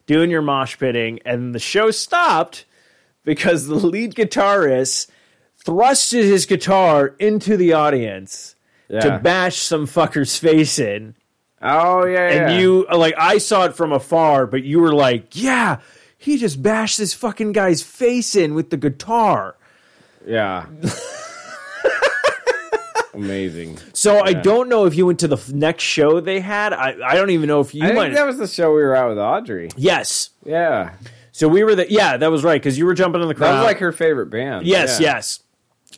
[SPEAKER 2] doing your mosh pitting, and the show stopped because the lead guitarist thrusted his guitar into the audience
[SPEAKER 3] Yeah.
[SPEAKER 2] to bash some fucker's face in
[SPEAKER 3] Oh yeah, yeah.
[SPEAKER 2] and you like I saw it from afar, but you were like, "Yeah, he just bashed this fucking guy's face in with the guitar." [laughs]
[SPEAKER 3] yeah. Amazing.
[SPEAKER 2] So I don't know if you went to the f- next show they had. I, I don't even know if you
[SPEAKER 3] I
[SPEAKER 2] went.
[SPEAKER 3] think that was the show we were at with Audrey.
[SPEAKER 2] yes.
[SPEAKER 3] Yeah,
[SPEAKER 2] So we were the yeah, that was right because you were jumping on the crowd.
[SPEAKER 3] that was like her favorite band.
[SPEAKER 2] Uh, yes,
[SPEAKER 3] yeah.
[SPEAKER 2] yes.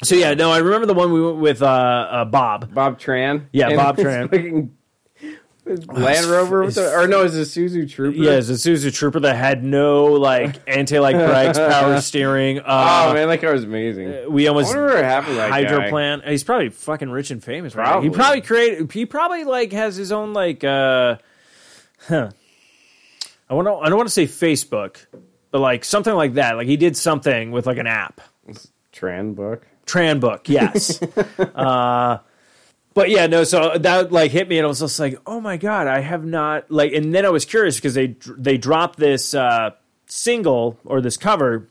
[SPEAKER 2] So yeah, no, I remember the one we went with uh, uh, Bob.
[SPEAKER 3] Bob Tran.
[SPEAKER 2] Yeah,
[SPEAKER 3] And
[SPEAKER 2] Bob
[SPEAKER 3] his
[SPEAKER 2] Tran. Uh,
[SPEAKER 3] fucking- his Land Rover, with the, or no, it's a Suzu Trooper.
[SPEAKER 2] Yeah, it's a Suzu Trooper that had no like anti like
[SPEAKER 3] [laughs]
[SPEAKER 2] brakes, power steering. Uh,
[SPEAKER 3] Oh man, that car was amazing.
[SPEAKER 2] we
[SPEAKER 3] I
[SPEAKER 2] almost
[SPEAKER 3] wonder what happened to that guy.
[SPEAKER 2] hydroplan. He's probably fucking rich and famous. Right? now. He probably
[SPEAKER 3] Probably.
[SPEAKER 2] created. He probably like has his own like. uh huh. I want. to. I don't want to say Facebook, but like something like that. Like he did something with like an app.
[SPEAKER 3] Tran book.
[SPEAKER 2] Tran book,
[SPEAKER 3] [laughs]
[SPEAKER 2] yes. uh, but yeah, no. So that like hit me, and I was just like, oh my god, I have not like. And then I was curious because they they dropped this uh, single or this cover.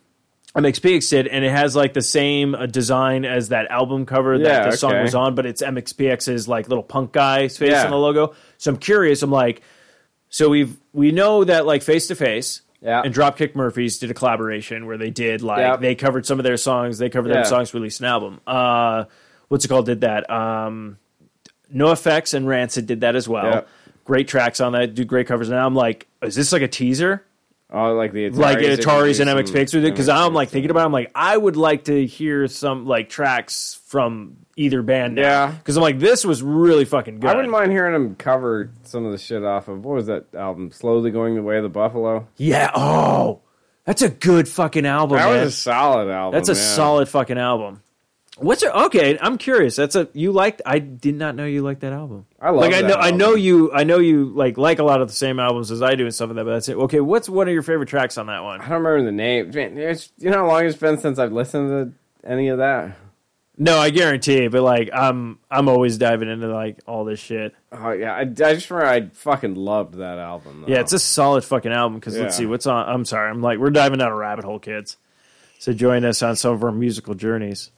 [SPEAKER 2] MX Px did, and it has like the same uh, design as that album cover that
[SPEAKER 3] Yeah,
[SPEAKER 2] the song
[SPEAKER 3] okay.
[SPEAKER 2] was on, but it's MXPX's like little punk guy's face
[SPEAKER 3] Yeah.
[SPEAKER 2] on the logo. So I'm curious. I'm like, so we've we know that like face to face
[SPEAKER 3] Yeah.
[SPEAKER 2] and Dropkick Murphys did a collaboration where they did like
[SPEAKER 3] Yeah.
[SPEAKER 2] they covered some of their songs, they covered
[SPEAKER 3] Yeah.
[SPEAKER 2] their songs, released an album. Uh, what's it called? Did that? Um, no effects and Rancid did that as well.
[SPEAKER 3] Yeah.
[SPEAKER 2] Great tracks on that, do great covers. And I'm like, is this like a teaser?
[SPEAKER 3] Oh, like the Ataris
[SPEAKER 2] like Atari's and
[SPEAKER 3] introduced
[SPEAKER 2] MX Pix with it? Because
[SPEAKER 3] MX
[SPEAKER 2] I'm like thinking about, it, I'm like, I would like to hear some like tracks from either band. Now.
[SPEAKER 3] Yeah.
[SPEAKER 2] because I'm like, this was really fucking good.
[SPEAKER 3] I wouldn't mind hearing him cover some of the shit off of what was that album? Slowly Going the Way of the Buffalo.
[SPEAKER 2] Yeah. Oh, that's a good fucking album.
[SPEAKER 3] That
[SPEAKER 2] man.
[SPEAKER 3] was a solid album.
[SPEAKER 2] That's a
[SPEAKER 3] yeah.
[SPEAKER 2] solid fucking album. What's your okay? I'm curious. That's a you liked. I did not know you liked that album.
[SPEAKER 3] I love
[SPEAKER 2] like. I
[SPEAKER 3] that
[SPEAKER 2] know. I know
[SPEAKER 3] album.
[SPEAKER 2] you. I know you like like a lot of the same albums as I do and stuff like that. But that's it. Okay. What's one of your favorite tracks on that one?
[SPEAKER 3] I don't remember the name. Man, it's, you know how long it's been since I've listened to any of that.
[SPEAKER 2] No, I guarantee. But like, I'm I'm always diving into like all this shit.
[SPEAKER 3] Oh yeah, I, I just remember I fucking loved that album. Though.
[SPEAKER 2] Yeah, it's a solid fucking album. Because let's
[SPEAKER 3] Yeah.
[SPEAKER 2] see what's on. I'm sorry. I'm like we're diving down a rabbit hole, kids. So join us on some of our musical journeys.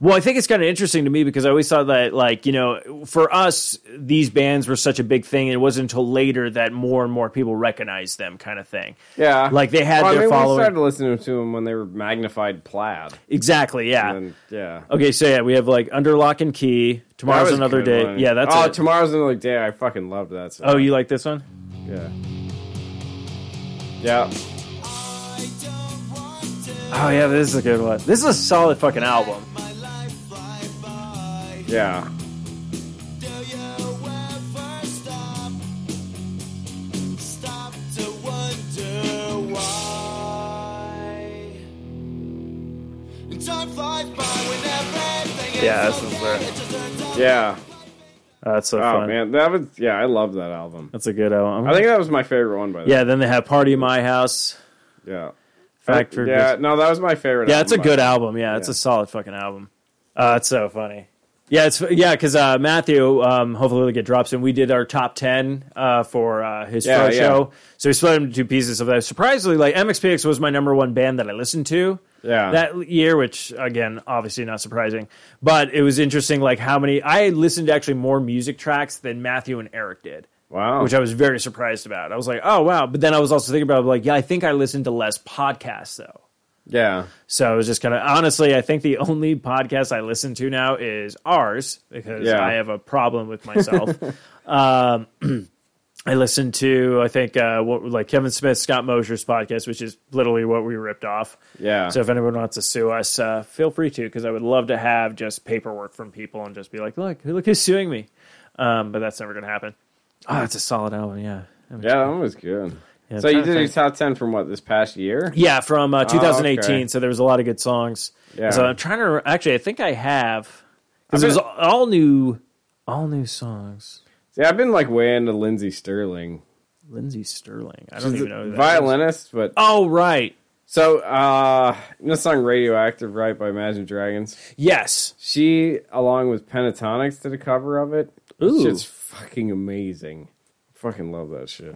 [SPEAKER 2] Well, I think it's kind of interesting to me because I always thought that, like, you know, for us, these bands were such a big thing. It wasn't until later that more and more people recognized them, kind of thing.
[SPEAKER 3] yeah.
[SPEAKER 2] Like, they had
[SPEAKER 3] Well,
[SPEAKER 2] their
[SPEAKER 3] I mean,
[SPEAKER 2] following. Ah.
[SPEAKER 3] We started listening to them when they were magnified plaid.
[SPEAKER 2] Exactly, yeah.
[SPEAKER 3] And, yeah.
[SPEAKER 2] okay, so yeah, we have like Under Lock and Key.
[SPEAKER 3] That
[SPEAKER 2] Tomorrow's
[SPEAKER 3] was a
[SPEAKER 2] another
[SPEAKER 3] good
[SPEAKER 2] day.
[SPEAKER 3] one.
[SPEAKER 2] Yeah, that's
[SPEAKER 3] oh,
[SPEAKER 2] it.
[SPEAKER 3] tomorrow's another day. I fucking loved that. Song.
[SPEAKER 2] oh, you like this one?
[SPEAKER 3] yeah, yeah.
[SPEAKER 2] Oh yeah, this is a good one. This is a solid fucking album.
[SPEAKER 3] Yeah.
[SPEAKER 2] Yeah, this one's there.
[SPEAKER 3] Yeah.
[SPEAKER 2] Oh, that's so
[SPEAKER 3] Oh
[SPEAKER 2] fun.
[SPEAKER 3] man, that was yeah. I love that album.
[SPEAKER 2] That's a good album.
[SPEAKER 3] I think that was my favorite one by the
[SPEAKER 2] yeah, then they have Party in My House.
[SPEAKER 3] yeah.
[SPEAKER 2] Factor.
[SPEAKER 3] yeah, no, that was my favorite.
[SPEAKER 2] Yeah, it's a
[SPEAKER 3] album
[SPEAKER 2] good
[SPEAKER 3] by-
[SPEAKER 2] album. Yeah, it's
[SPEAKER 3] Yeah.
[SPEAKER 2] a solid fucking album. Uh, it's so funny. Yeah, it's yeah because uh, Matthew, um, hopefully we'll get drops in. We did our top ten uh, for uh, his
[SPEAKER 3] Yeah,
[SPEAKER 2] first
[SPEAKER 3] yeah.
[SPEAKER 2] show, so we split them into two pieces of that. Surprisingly, like MXPX was my number one band that I listened to
[SPEAKER 3] Yeah,
[SPEAKER 2] that year, which again, obviously not surprising, but it was interesting. Like how many I listened to actually more music tracks than Matthew and Eric did
[SPEAKER 3] wow.
[SPEAKER 2] which I was very surprised about. I was like, oh wow! But then I was also thinking about like, yeah, I think I listened to less podcasts though.
[SPEAKER 3] yeah,
[SPEAKER 2] So it was just kind of honestly, I think the only podcast I listen to now is ours because
[SPEAKER 3] Yeah.
[SPEAKER 2] I have a problem with
[SPEAKER 3] [laughs]
[SPEAKER 2] myself. um, [clears throat] I listen to I think uh, what, like Kevin Smith, Scott Mosier's podcast, which is literally what we ripped off.
[SPEAKER 3] yeah.
[SPEAKER 2] So if anyone wants to sue us, uh, feel free to, because I would love to have just paperwork from people and just be like, look, look who's suing me. Um, but that's never going to happen. Oh, that's a solid album. Yeah.
[SPEAKER 3] yeah, that one was good.
[SPEAKER 2] Yeah,
[SPEAKER 3] so you
[SPEAKER 2] trying to
[SPEAKER 3] did your
[SPEAKER 2] think.
[SPEAKER 3] top ten from what this past year?
[SPEAKER 2] Yeah, from uh, 2018.
[SPEAKER 3] Oh, okay.
[SPEAKER 2] So there was a lot of good songs.
[SPEAKER 3] Yeah.
[SPEAKER 2] So I'm trying to re- actually. I think I have because it was all new, all new songs.
[SPEAKER 3] See, I've been like way into Lindsey Sterling.
[SPEAKER 2] Lindsay Sterling. I don't even know who that is.
[SPEAKER 3] Violinist, but
[SPEAKER 2] Oh right.
[SPEAKER 3] so uh you know the song Radioactive, right, by Imagine Dragons.
[SPEAKER 2] Yes.
[SPEAKER 3] She along with Pentatonics did a cover of it.
[SPEAKER 2] Ooh.
[SPEAKER 3] It's just fucking amazing. Fucking love that shit.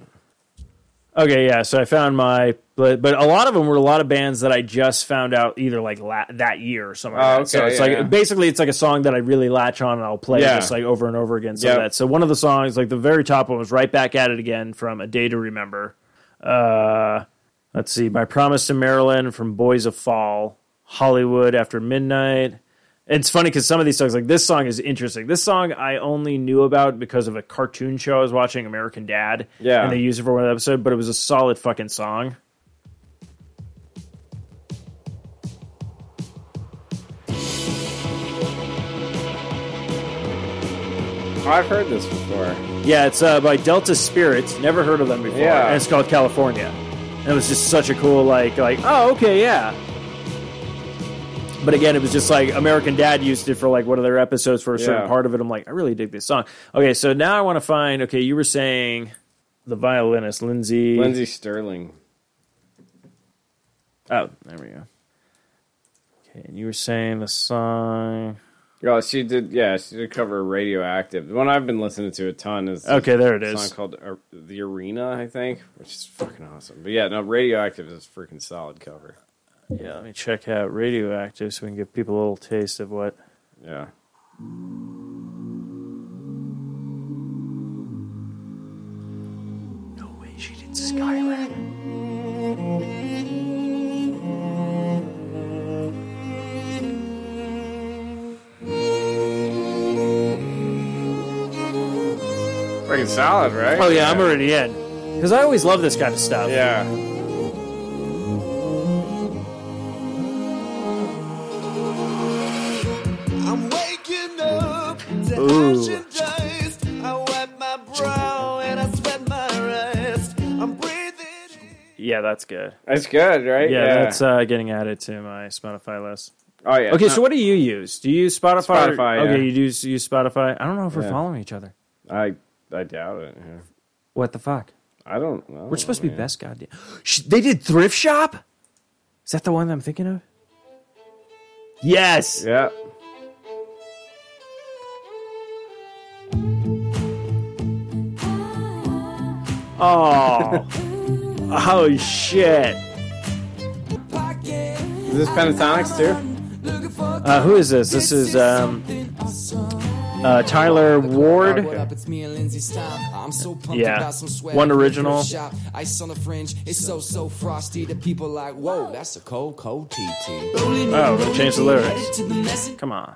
[SPEAKER 2] Okay, yeah. So I found my, but but a lot of them were a lot of bands that I just found out either like la- that year or something. like
[SPEAKER 3] Oh,
[SPEAKER 2] that. So
[SPEAKER 3] okay,
[SPEAKER 2] it's
[SPEAKER 3] yeah,
[SPEAKER 2] like
[SPEAKER 3] yeah.
[SPEAKER 2] basically it's like a song that I really latch on and I'll play
[SPEAKER 3] Yeah.
[SPEAKER 2] just like over and over again. So
[SPEAKER 3] Yep.
[SPEAKER 2] that so one of the songs like the very top one was right back at it again from A Day to Remember. Uh, let's see, My Promise to Maryland from Boys of Fall, Hollywood After Midnight. It's funny because some of these songs, like this song, is interesting. This song I only knew about because of a cartoon show I was watching, American Dad.
[SPEAKER 3] Yeah.
[SPEAKER 2] and they used it for one episode, but it was a solid fucking song.
[SPEAKER 3] I've heard this before.
[SPEAKER 2] Yeah, it's uh, by Delta Spirits. Never heard of them before.
[SPEAKER 3] Yeah.
[SPEAKER 2] And it's called California. And it was just such a cool, like, like, oh, okay, yeah. But again, it was just like American Dad used it for like one of their episodes for a certain
[SPEAKER 3] Yeah.
[SPEAKER 2] part of it. I'm like, I really dig this song. Okay, so now I want to find. Okay, you were saying the violinist Lindsay.
[SPEAKER 3] Lindsey Sterling.
[SPEAKER 2] Oh, there we go. Okay, and you were saying the song.
[SPEAKER 3] Oh, she did. Yeah, she did cover Radioactive. The one I've been listening to a ton is
[SPEAKER 2] Okay, there it
[SPEAKER 3] a song
[SPEAKER 2] is.
[SPEAKER 3] called Ar- "The Arena," I think, which is fucking awesome. But yeah, no, Radioactive is a freaking solid cover.
[SPEAKER 2] Yeah, let me check out Radioactive so we can give people a little taste of what.
[SPEAKER 3] Yeah,
[SPEAKER 2] No way she did Skyrim.
[SPEAKER 3] freaking solid, right?
[SPEAKER 2] Oh yeah, I'm already in. Because I always love this kind of stuff.
[SPEAKER 3] Yeah,
[SPEAKER 1] I'm waking up to
[SPEAKER 2] Ooh.
[SPEAKER 1] ash and dust. I wipe my brow and I sweat my rust. I'm breathing in.
[SPEAKER 2] Yeah, that's good.
[SPEAKER 3] that's good, right?
[SPEAKER 2] Yeah, that's uh, getting added to my Spotify list.
[SPEAKER 3] oh yeah.
[SPEAKER 2] Okay,
[SPEAKER 3] no,
[SPEAKER 2] so what do you use? Do you use Spotify? or-
[SPEAKER 3] Spotify,
[SPEAKER 2] Okay,
[SPEAKER 3] yeah.
[SPEAKER 2] you do s- use Spotify. I don't know if we're
[SPEAKER 3] Yeah.
[SPEAKER 2] following each other.
[SPEAKER 3] I I doubt it. Yeah.
[SPEAKER 2] What the fuck?
[SPEAKER 3] I don't know.
[SPEAKER 2] We're supposed to be best goddamn. Sh- They did thrift shop. Is that the one that I'm thinking of? Yes.
[SPEAKER 3] Yeah.
[SPEAKER 2] Oh. [laughs] oh shit.
[SPEAKER 3] Is this Pentatonics too?
[SPEAKER 2] Uh, who is this? This is um, uh, Tyler Ward.
[SPEAKER 4] What up? It's me and Lindsay Stein. I'm so pumped
[SPEAKER 2] Yeah.
[SPEAKER 4] about some sweat.
[SPEAKER 2] One original.
[SPEAKER 4] Shop. Ice on the fringe. It's so so frosty. The people like, whoa, that's a cold cold TT.
[SPEAKER 2] Oh, they changed the lyrics. Come on.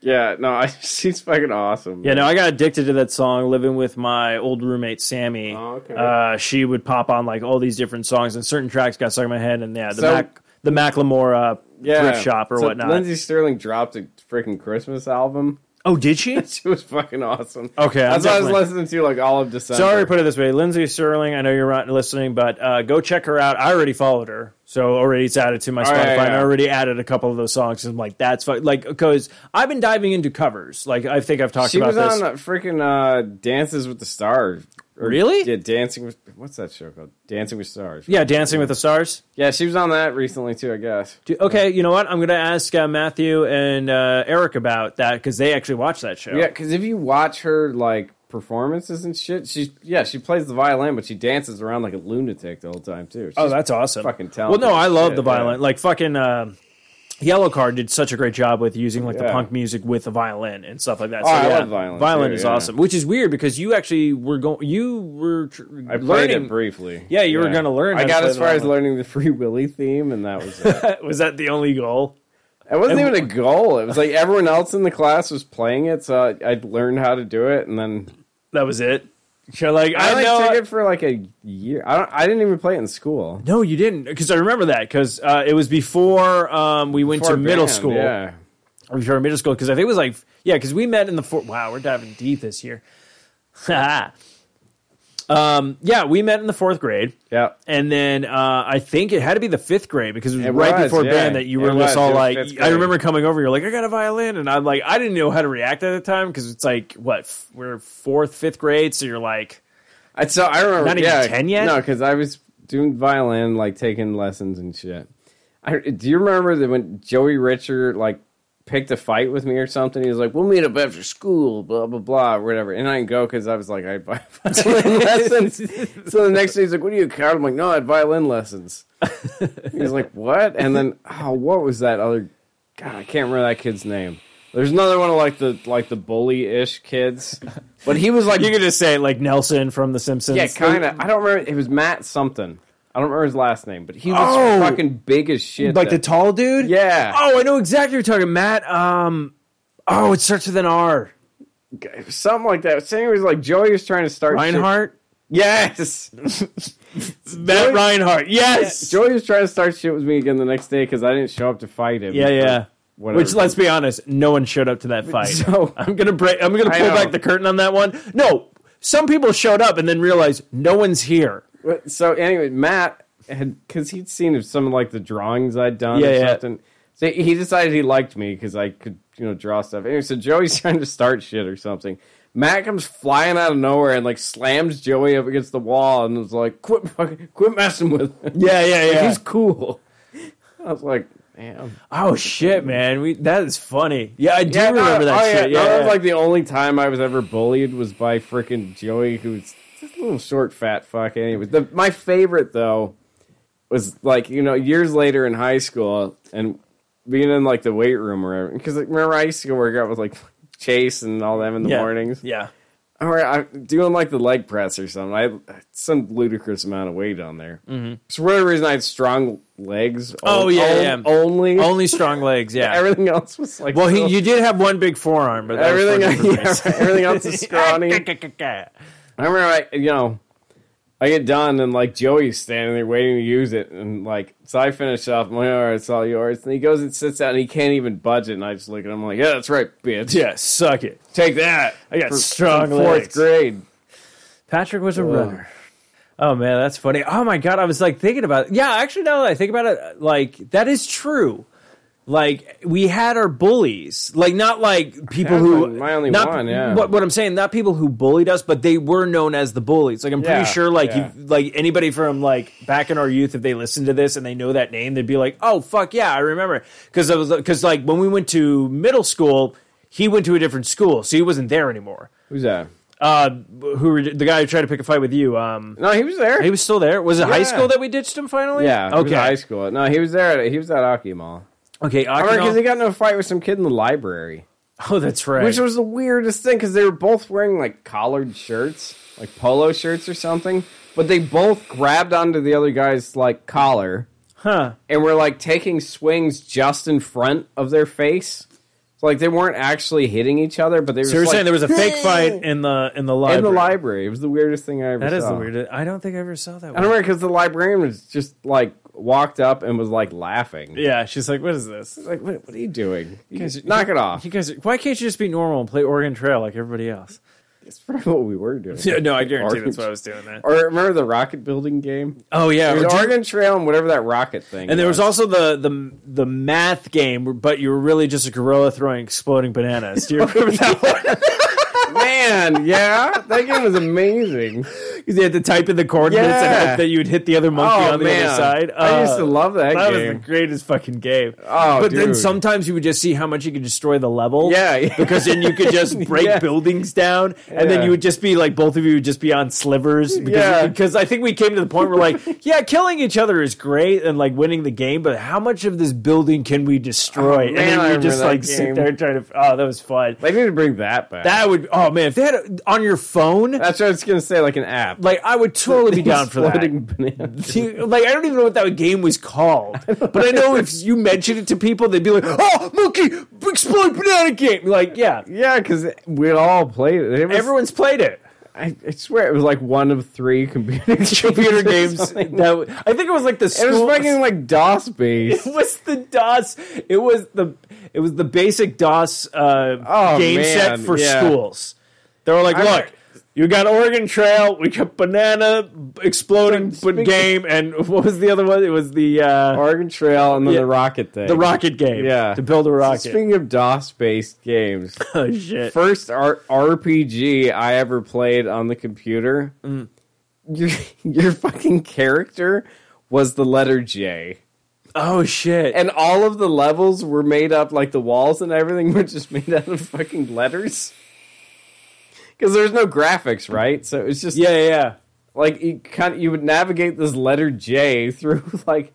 [SPEAKER 3] Yeah. No, I, [laughs] she's fucking awesome.
[SPEAKER 2] Yeah, no, I got addicted to that song living with my old roommate Sammy.
[SPEAKER 3] Oh, okay.
[SPEAKER 2] Uh, she would pop on like all these different songs, and certain tracks got stuck in my head. And yeah, the
[SPEAKER 3] So-
[SPEAKER 2] Mac, the Macklemore uh, thrift shop or
[SPEAKER 3] so
[SPEAKER 2] whatnot.
[SPEAKER 3] Lindsey Sterling dropped a freaking Christmas album.
[SPEAKER 2] oh, did
[SPEAKER 3] [laughs]
[SPEAKER 2] she?
[SPEAKER 3] She was fucking awesome.
[SPEAKER 2] Okay, I'm
[SPEAKER 3] that's what I was
[SPEAKER 2] definitely-
[SPEAKER 3] listening to like all of December.
[SPEAKER 2] Sorry, to put it this way, Lindsay Sterling. I know you're not listening, but uh, go check her out. I already followed her, so already it's added to my Spotify.
[SPEAKER 3] right, Oh, yeah.
[SPEAKER 2] And I already added a couple of those songs. And I'm like, that's fu-. like because I've been diving into covers. Like I think I've talked
[SPEAKER 3] she
[SPEAKER 2] about
[SPEAKER 3] was
[SPEAKER 2] this.
[SPEAKER 3] on uh, freaking uh, Dances with the Stars. Or-
[SPEAKER 2] Really?
[SPEAKER 3] Yeah, Dancing with what's that show called? Dancing with Stars.
[SPEAKER 2] yeah, Dancing with the Stars.
[SPEAKER 3] yeah, she was on that recently too. I guess.
[SPEAKER 2] Do- okay, you know what? I'm going to ask uh, Matthew and uh, Eric about that because they actually watch that show.
[SPEAKER 3] Yeah, because if you watch her like performances and shit, she's yeah, she plays the violin, but she dances around like a lunatic the whole time too. She's,
[SPEAKER 2] Oh, that's awesome.
[SPEAKER 3] fucking
[SPEAKER 2] Well,
[SPEAKER 3] talented
[SPEAKER 2] no, I love
[SPEAKER 3] shit,
[SPEAKER 2] the violin.
[SPEAKER 3] yeah.
[SPEAKER 2] Like fucking uh, Yellow Card did such a great job with using like the
[SPEAKER 3] Yeah.
[SPEAKER 2] punk music with the violin and stuff like that.
[SPEAKER 3] Oh, I
[SPEAKER 2] yeah,
[SPEAKER 3] love violin,
[SPEAKER 2] Violin
[SPEAKER 3] too,
[SPEAKER 2] is
[SPEAKER 3] yeah.
[SPEAKER 2] awesome, which is weird because you actually were going. You were tr-
[SPEAKER 3] I played
[SPEAKER 2] learning.
[SPEAKER 3] it briefly.
[SPEAKER 2] Yeah, you were gonna learn
[SPEAKER 3] I
[SPEAKER 2] how to
[SPEAKER 3] got
[SPEAKER 2] play
[SPEAKER 3] as
[SPEAKER 2] the
[SPEAKER 3] far as
[SPEAKER 2] violin.
[SPEAKER 3] learning the Free Willy theme, and that was [laughs] it.
[SPEAKER 2] [laughs] was that the only goal?
[SPEAKER 3] It wasn't even a goal. It was like everyone else in the class was playing it, so I, I learned how to do it, and then
[SPEAKER 2] That was it. So like
[SPEAKER 3] I,
[SPEAKER 2] I,
[SPEAKER 3] like,
[SPEAKER 2] know.
[SPEAKER 3] took it for like a year. I don't. I didn't even play it in school.
[SPEAKER 2] no, you didn't, because I remember that because uh, it was before um, we went
[SPEAKER 3] For
[SPEAKER 2] to middle
[SPEAKER 3] band,
[SPEAKER 2] school.
[SPEAKER 3] Yeah.
[SPEAKER 2] I'm sure middle school because I think it was like yeah because we met in the four. Wow, we're diving deep this year. Ha. [laughs] Um, yeah, we met in the fourth grade.
[SPEAKER 3] Yeah.
[SPEAKER 2] And then uh, I think it had to be the fifth grade because it was
[SPEAKER 3] It
[SPEAKER 2] right
[SPEAKER 3] was,
[SPEAKER 2] before
[SPEAKER 3] yeah.
[SPEAKER 2] band that you
[SPEAKER 3] It
[SPEAKER 2] were
[SPEAKER 3] was,
[SPEAKER 2] just
[SPEAKER 3] it
[SPEAKER 2] all
[SPEAKER 3] was
[SPEAKER 2] like,
[SPEAKER 3] fifth
[SPEAKER 2] I remember
[SPEAKER 3] grade.
[SPEAKER 2] coming over. You're like, I got a violin, and I'm like, I didn't know how to react at the time because it's like what f- we're fourth, fifth grade, so you're like,
[SPEAKER 3] I, so I remember.
[SPEAKER 2] Not even
[SPEAKER 3] yeah,
[SPEAKER 2] 10 yet?
[SPEAKER 3] No, because I was doing violin, like taking lessons and shit. I, do you remember that when Joey Richard like picked a fight with me or something? He was like, "We'll meet up after school," blah blah blah, or whatever. And I didn't go because I was like, I
[SPEAKER 2] [laughs]
[SPEAKER 3] had [laughs] violin lessons. So the next day he's like, "What are you a coward?" I'm like, "No, I had violin lessons." He's like, "What?" And then, oh, what was that other? God, I can't remember that kid's name. There's another one of like the like the bully ish kids, but he was like
[SPEAKER 2] you could just say like Nelson from The Simpsons.
[SPEAKER 3] yeah, kind of. I don't remember. It was Matt something. I don't remember his last name, but he was
[SPEAKER 2] Oh!
[SPEAKER 3] fucking big as shit.
[SPEAKER 2] like the
[SPEAKER 3] then.
[SPEAKER 2] tall dude.
[SPEAKER 3] Yeah.
[SPEAKER 2] Oh, I know exactly what you're talking, Matt. Um, oh, it starts with an R.
[SPEAKER 3] something like that. Saying it was like Joey was trying to start shit-
[SPEAKER 2] Reinhardt. [laughs]
[SPEAKER 3] Yes,
[SPEAKER 2] Matt Reinhardt. Yes.
[SPEAKER 3] Joey was trying to start shit with me again the next day because I didn't show up to fight him.
[SPEAKER 2] Yeah, yeah.
[SPEAKER 3] Whatever.
[SPEAKER 2] Which let's be honest, no one showed up to
[SPEAKER 3] [laughs]
[SPEAKER 2] that fight.
[SPEAKER 3] So-
[SPEAKER 2] I'm gonna break. I'm gonna
[SPEAKER 3] I
[SPEAKER 2] pull
[SPEAKER 3] know.
[SPEAKER 2] back the curtain on that one. No, some people showed up and then realized no one's here.
[SPEAKER 3] But- So anyway, Matt had because he'd seen some of like the drawings I'd done
[SPEAKER 2] Yeah,
[SPEAKER 3] or
[SPEAKER 2] yeah.
[SPEAKER 3] something. So he decided he liked me because I could you know draw stuff. Anyway, so Joey's [laughs] trying to start shit or something. Matt comes flying out of nowhere and like slams Joey up against the wall and was like, "Quit, fucking, quit messing with him.
[SPEAKER 2] Yeah, yeah, yeah.
[SPEAKER 3] [laughs] He's cool." I was like, "Damn."
[SPEAKER 2] oh shit, man, we that is funny. Yeah, I do
[SPEAKER 3] Yeah, no,
[SPEAKER 2] remember that
[SPEAKER 3] oh,
[SPEAKER 2] shit.
[SPEAKER 3] no,
[SPEAKER 2] Yeah,
[SPEAKER 3] that was
[SPEAKER 2] yeah.
[SPEAKER 3] like the only time I was ever bullied was by freaking Joey, who's just a little short, fat fuck. Anyways, the, my favorite though was like you know years later in high school and being in like the weight room or whatever. Because like, remember I used to go work out with like Chase and all them in the
[SPEAKER 2] yeah.
[SPEAKER 3] mornings.
[SPEAKER 2] Yeah.
[SPEAKER 3] Or I'm doing like the leg press or something. I had some ludicrous amount of weight on there. Mm-hmm. So for whatever reason, I had strong legs.
[SPEAKER 2] Oh,
[SPEAKER 3] on-
[SPEAKER 2] yeah, yeah.
[SPEAKER 3] on- only.
[SPEAKER 2] Only strong legs. Yeah.
[SPEAKER 3] Everything else was like
[SPEAKER 2] well, he,
[SPEAKER 3] little-
[SPEAKER 2] you did have one big forearm, but that
[SPEAKER 3] everything,
[SPEAKER 2] Was [laughs] for a
[SPEAKER 3] yeah,
[SPEAKER 2] different reason.
[SPEAKER 3] everything else
[SPEAKER 2] [laughs]
[SPEAKER 3] is scrawny. I remember, I, you know, I get done and like Joey's standing there waiting to use it, and like so I finish off. My like, all right, it's all yours. And he goes and sits down, and he can't even budge it. And I just look at him like, yeah, that's right, bitch.
[SPEAKER 2] yeah, suck it.
[SPEAKER 3] take that.
[SPEAKER 2] I got
[SPEAKER 3] For-
[SPEAKER 2] strong
[SPEAKER 3] from fourth
[SPEAKER 2] legs.
[SPEAKER 3] grade.
[SPEAKER 2] Patrick was a runner. Oh man, that's funny. Oh my god, I was like thinking about it. Yeah, actually now that I think about it, like that is true. Like we had our bullies. Like not like people
[SPEAKER 3] had
[SPEAKER 2] who
[SPEAKER 3] one- my only
[SPEAKER 2] not,
[SPEAKER 3] one, yeah.
[SPEAKER 2] What, what I'm saying, not people who bullied us, but they were known as the bullies. Like I'm
[SPEAKER 3] Yeah,
[SPEAKER 2] pretty sure like
[SPEAKER 3] yeah.
[SPEAKER 2] you like anybody from like back in our youth if they listened to this and they know that name, they'd be like, "Oh fuck yeah, I remember." Cuz I was cuz like when we went to middle school, he went to a different school, so he wasn't there anymore.
[SPEAKER 3] Who's that?
[SPEAKER 2] Uh who were, the guy who tried to pick a fight with you um
[SPEAKER 3] No, he was there.
[SPEAKER 2] he was still there. Was it high
[SPEAKER 3] Yeah.
[SPEAKER 2] school that we ditched him finally?
[SPEAKER 3] yeah, he was
[SPEAKER 2] Okay.
[SPEAKER 3] at high school. No, he was there. At, he was at Aki Mall.
[SPEAKER 2] Okay.
[SPEAKER 3] I remember because
[SPEAKER 2] Akino-
[SPEAKER 3] he got into a fight with some kid in the library.
[SPEAKER 2] [laughs] oh, that's right.
[SPEAKER 3] Which was the weirdest thing because they were both wearing like collared shirts, like polo shirts or something. But they both grabbed onto the other guy's like collar
[SPEAKER 2] huh?
[SPEAKER 3] and were like taking swings just in front of their face. So, like they weren't actually hitting each other, but they were
[SPEAKER 2] So you're
[SPEAKER 3] just,
[SPEAKER 2] saying there
[SPEAKER 3] like,
[SPEAKER 2] was a fake fight in the in the library?
[SPEAKER 3] in the library. It was the weirdest thing I ever
[SPEAKER 2] That
[SPEAKER 3] saw.
[SPEAKER 2] is the weirdest. I don't think I ever saw that.
[SPEAKER 3] I
[SPEAKER 2] One.
[SPEAKER 3] don't remember because the librarian was just like walked up and was like laughing.
[SPEAKER 2] Yeah, she's like, "What is this?
[SPEAKER 3] Like, what, what are you doing? You
[SPEAKER 2] guys-
[SPEAKER 3] knock it off.
[SPEAKER 2] You guys, why can't you just be normal and play Oregon Trail like everybody
[SPEAKER 3] [laughs]
[SPEAKER 2] else?"
[SPEAKER 3] That's probably what we were doing.
[SPEAKER 2] Yeah, no, I guarantee
[SPEAKER 3] Oregon
[SPEAKER 2] that's why I was doing that.
[SPEAKER 3] Or remember the rocket building game?
[SPEAKER 2] Oh yeah,
[SPEAKER 3] There's
[SPEAKER 2] or do-
[SPEAKER 3] Oregon Trail and whatever that rocket thing.
[SPEAKER 2] and there [laughs] was also the the the math game, but you were really just a gorilla throwing exploding bananas. Do
[SPEAKER 3] [laughs]
[SPEAKER 2] you remember that one?
[SPEAKER 3] man, yeah, that game was amazing.
[SPEAKER 2] 'Cause you had to type in the coordinates and
[SPEAKER 3] Yeah.
[SPEAKER 2] hope that you'd hit the other monkey
[SPEAKER 3] Oh
[SPEAKER 2] on the
[SPEAKER 3] man,
[SPEAKER 2] other side.
[SPEAKER 3] I used
[SPEAKER 2] Uh,
[SPEAKER 3] to love that,
[SPEAKER 2] That was the
[SPEAKER 3] game.
[SPEAKER 2] greatest fucking game.
[SPEAKER 3] Oh,
[SPEAKER 2] but then
[SPEAKER 3] dude.
[SPEAKER 2] sometimes you would just see how much you could destroy the level.
[SPEAKER 3] Yeah, yeah.
[SPEAKER 2] because then you could
[SPEAKER 3] [laughs]
[SPEAKER 2] just break
[SPEAKER 3] Yeah.
[SPEAKER 2] buildings down, and then
[SPEAKER 3] Yeah.
[SPEAKER 2] you would just be like both of you would just be on slivers. Because,
[SPEAKER 3] Yeah.
[SPEAKER 2] because I think we came to the point where like,
[SPEAKER 3] [laughs]
[SPEAKER 2] yeah, killing each other is great and like winning the game, but how much of this building can we destroy?
[SPEAKER 3] Oh,
[SPEAKER 2] and
[SPEAKER 3] man, I
[SPEAKER 2] then you
[SPEAKER 3] remember
[SPEAKER 2] just
[SPEAKER 3] that
[SPEAKER 2] like
[SPEAKER 3] game.
[SPEAKER 2] sit there trying to. Oh, that was fun.
[SPEAKER 3] They need to bring that back.
[SPEAKER 2] That would. Oh man, if they had it on your phone.
[SPEAKER 3] That's what I was gonna say, like an app.
[SPEAKER 2] Like I would
[SPEAKER 3] [laughs]
[SPEAKER 2] totally be down for that.
[SPEAKER 3] Exploding bananas.
[SPEAKER 2] Dude, like I don't even know what that game was called, but [laughs] I know if you mentioned it to people, they'd be like, "Oh, monkey, explode banana game!" Like, yeah,
[SPEAKER 3] Yeah, because we all played it. it was,
[SPEAKER 2] everyone's played it.
[SPEAKER 3] I, I swear, it was like one of three
[SPEAKER 2] [laughs]
[SPEAKER 3] computer [laughs]
[SPEAKER 2] Computer
[SPEAKER 3] or
[SPEAKER 2] games.
[SPEAKER 3] something.
[SPEAKER 2] That w- I think it was like the
[SPEAKER 3] It was
[SPEAKER 2] school-
[SPEAKER 3] fucking like DOS
[SPEAKER 2] [laughs]
[SPEAKER 3] based.
[SPEAKER 2] It was the DOS. It was the it was the basic DOS uh,
[SPEAKER 3] Oh,
[SPEAKER 2] game set
[SPEAKER 3] man,
[SPEAKER 2] for
[SPEAKER 3] yeah.
[SPEAKER 2] schools. They were like,
[SPEAKER 3] I
[SPEAKER 2] "Look,
[SPEAKER 3] remember-
[SPEAKER 2] You got Oregon Trail. We got banana exploding
[SPEAKER 3] Speaking-
[SPEAKER 2] game, and [laughs] what was the other one? It was the uh,
[SPEAKER 3] Oregon Trail and then
[SPEAKER 2] Yeah.
[SPEAKER 3] the rocket thing.
[SPEAKER 2] the rocket game.
[SPEAKER 3] Yeah.
[SPEAKER 2] to build a rocket.
[SPEAKER 3] Speaking of DOS based games,
[SPEAKER 2] [laughs] oh shit!
[SPEAKER 3] first R- RPG I ever played on the computer,
[SPEAKER 2] Mm.
[SPEAKER 3] your, your fucking character was the letter J.
[SPEAKER 2] oh shit!
[SPEAKER 3] And all of the levels were made up, like the walls and everything were just made out of fucking letters. Because there's no graphics, right? So it was just
[SPEAKER 2] yeah, yeah, yeah.
[SPEAKER 3] like you kind of, you would navigate this letter J through [laughs] like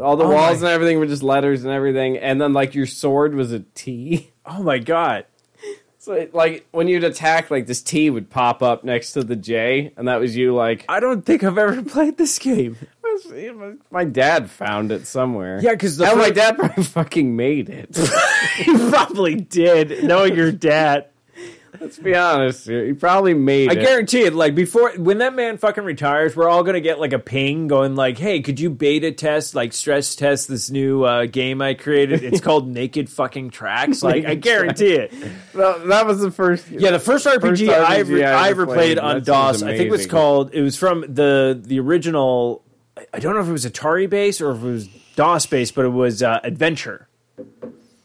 [SPEAKER 3] all the
[SPEAKER 2] Oh
[SPEAKER 3] walls
[SPEAKER 2] my-
[SPEAKER 3] and everything were just letters and everything, and then like your sword was a T.
[SPEAKER 2] Oh my god!
[SPEAKER 3] So it, like when you'd attack, like this T would pop up next to the J, and that was you. Like
[SPEAKER 2] I don't think I've ever [laughs] played this game.
[SPEAKER 3] my dad found it somewhere.
[SPEAKER 2] Yeah, because the
[SPEAKER 3] Hell, my
[SPEAKER 2] first-
[SPEAKER 3] dad probably [laughs] fucking made it.
[SPEAKER 2] [laughs] you probably did, knowing your dad.
[SPEAKER 3] Let's be honest, here, he probably made
[SPEAKER 2] I
[SPEAKER 3] it.
[SPEAKER 2] guarantee it. Like before, when that man fucking retires, we're all gonna get like a ping going, like, "Hey, could you beta test, like, stress test this new uh, game I created? [laughs] It's called Naked Fucking Tracks." Like, I guarantee it.
[SPEAKER 3] That, that was the first.
[SPEAKER 2] Yeah, the first RPG,
[SPEAKER 3] First
[SPEAKER 2] I,
[SPEAKER 3] RPG
[SPEAKER 2] ever, I ever played, on
[SPEAKER 3] that
[SPEAKER 2] DOS,
[SPEAKER 3] sounds
[SPEAKER 2] I think it was
[SPEAKER 3] amazing.
[SPEAKER 2] called. It was from the the original. I- I don't know if it was Atari based or if it was DOS based, but it was uh, Adventure.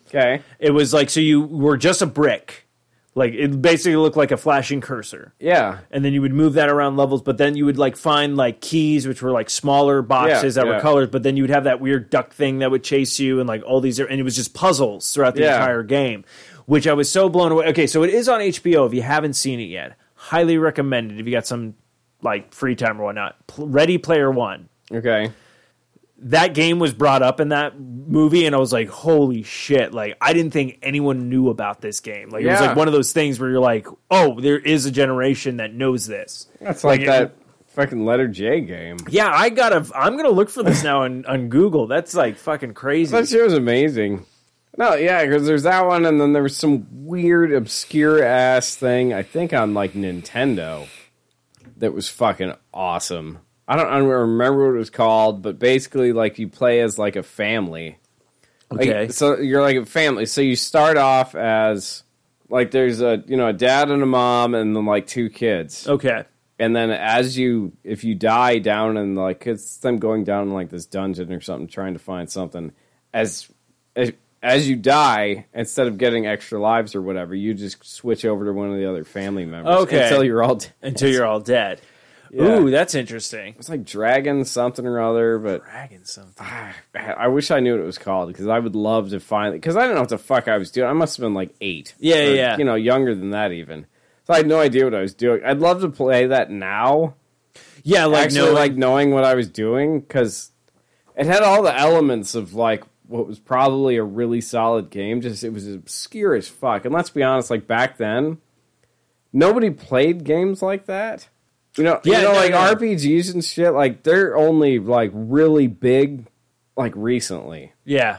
[SPEAKER 3] Okay.
[SPEAKER 2] It was like so you were just a brick, like it basically looked like a flashing cursor.
[SPEAKER 3] Yeah.
[SPEAKER 2] and then you would move that around levels but then you would like find like keys which were like smaller boxes
[SPEAKER 3] Yeah,
[SPEAKER 2] that were
[SPEAKER 3] yeah.
[SPEAKER 2] colored but then you would have that weird duck thing that would chase you and like all these and it was just puzzles throughout the
[SPEAKER 3] Yeah.
[SPEAKER 2] entire game which i was so blown away okay so it is on hbo if you haven't seen it yet highly recommend it if you got some like free time or whatnot P- ready player one
[SPEAKER 3] Okay.
[SPEAKER 2] that game was brought up in that movie and i was like holy shit like i didn't think anyone knew about this game like it was
[SPEAKER 3] Yeah.
[SPEAKER 2] like one of those things where you're like oh there is a generation that knows this
[SPEAKER 3] That's like
[SPEAKER 2] Like,
[SPEAKER 3] that fucking letter J game.
[SPEAKER 2] Yeah, I gotta. I'm gonna look for
[SPEAKER 3] [laughs]
[SPEAKER 2] this now on, on Google. That's like fucking crazy.
[SPEAKER 3] That shit was amazing. No, yeah, because there's that one, and then there was some weird, obscure ass thing. I think on like Nintendo, that was fucking awesome. I don't, I don't remember what it was called, but basically, like you play as like a family. Like,
[SPEAKER 2] okay.
[SPEAKER 3] so you're like a family. So you start off as like there's a you know a dad and a mom, and then like two kids
[SPEAKER 2] okay.
[SPEAKER 3] and then as you if you die down in like it's them going down in like this dungeon or something trying to find something as as, as you die instead of getting extra lives or whatever you just switch over to one of the other family members
[SPEAKER 2] Okay.
[SPEAKER 3] until you're all dead.
[SPEAKER 2] Until you're all dead.
[SPEAKER 3] Yeah.
[SPEAKER 2] Ooh, that's interesting.
[SPEAKER 3] it's like dragon something or other but
[SPEAKER 2] Dragon something.
[SPEAKER 3] ah, i wish i knew what it was called because i would love to finally because i didn't know what the fuck i was doing i must have been like eight
[SPEAKER 2] Yeah, yeah, yeah.
[SPEAKER 3] you know younger than that even so i had no idea what i was doing i'd love to play that now
[SPEAKER 2] Yeah, like
[SPEAKER 3] actually
[SPEAKER 2] no,
[SPEAKER 3] like knowing what I was doing because it had all the elements of like what was probably a really solid game. Just it was obscure as fuck. And let's be honest, like back then, nobody played games like that. You know,
[SPEAKER 2] Yeah,
[SPEAKER 3] you know,
[SPEAKER 2] no,
[SPEAKER 3] like
[SPEAKER 2] no.
[SPEAKER 3] RPGs and shit. Like they're only like really big, like recently.
[SPEAKER 2] yeah.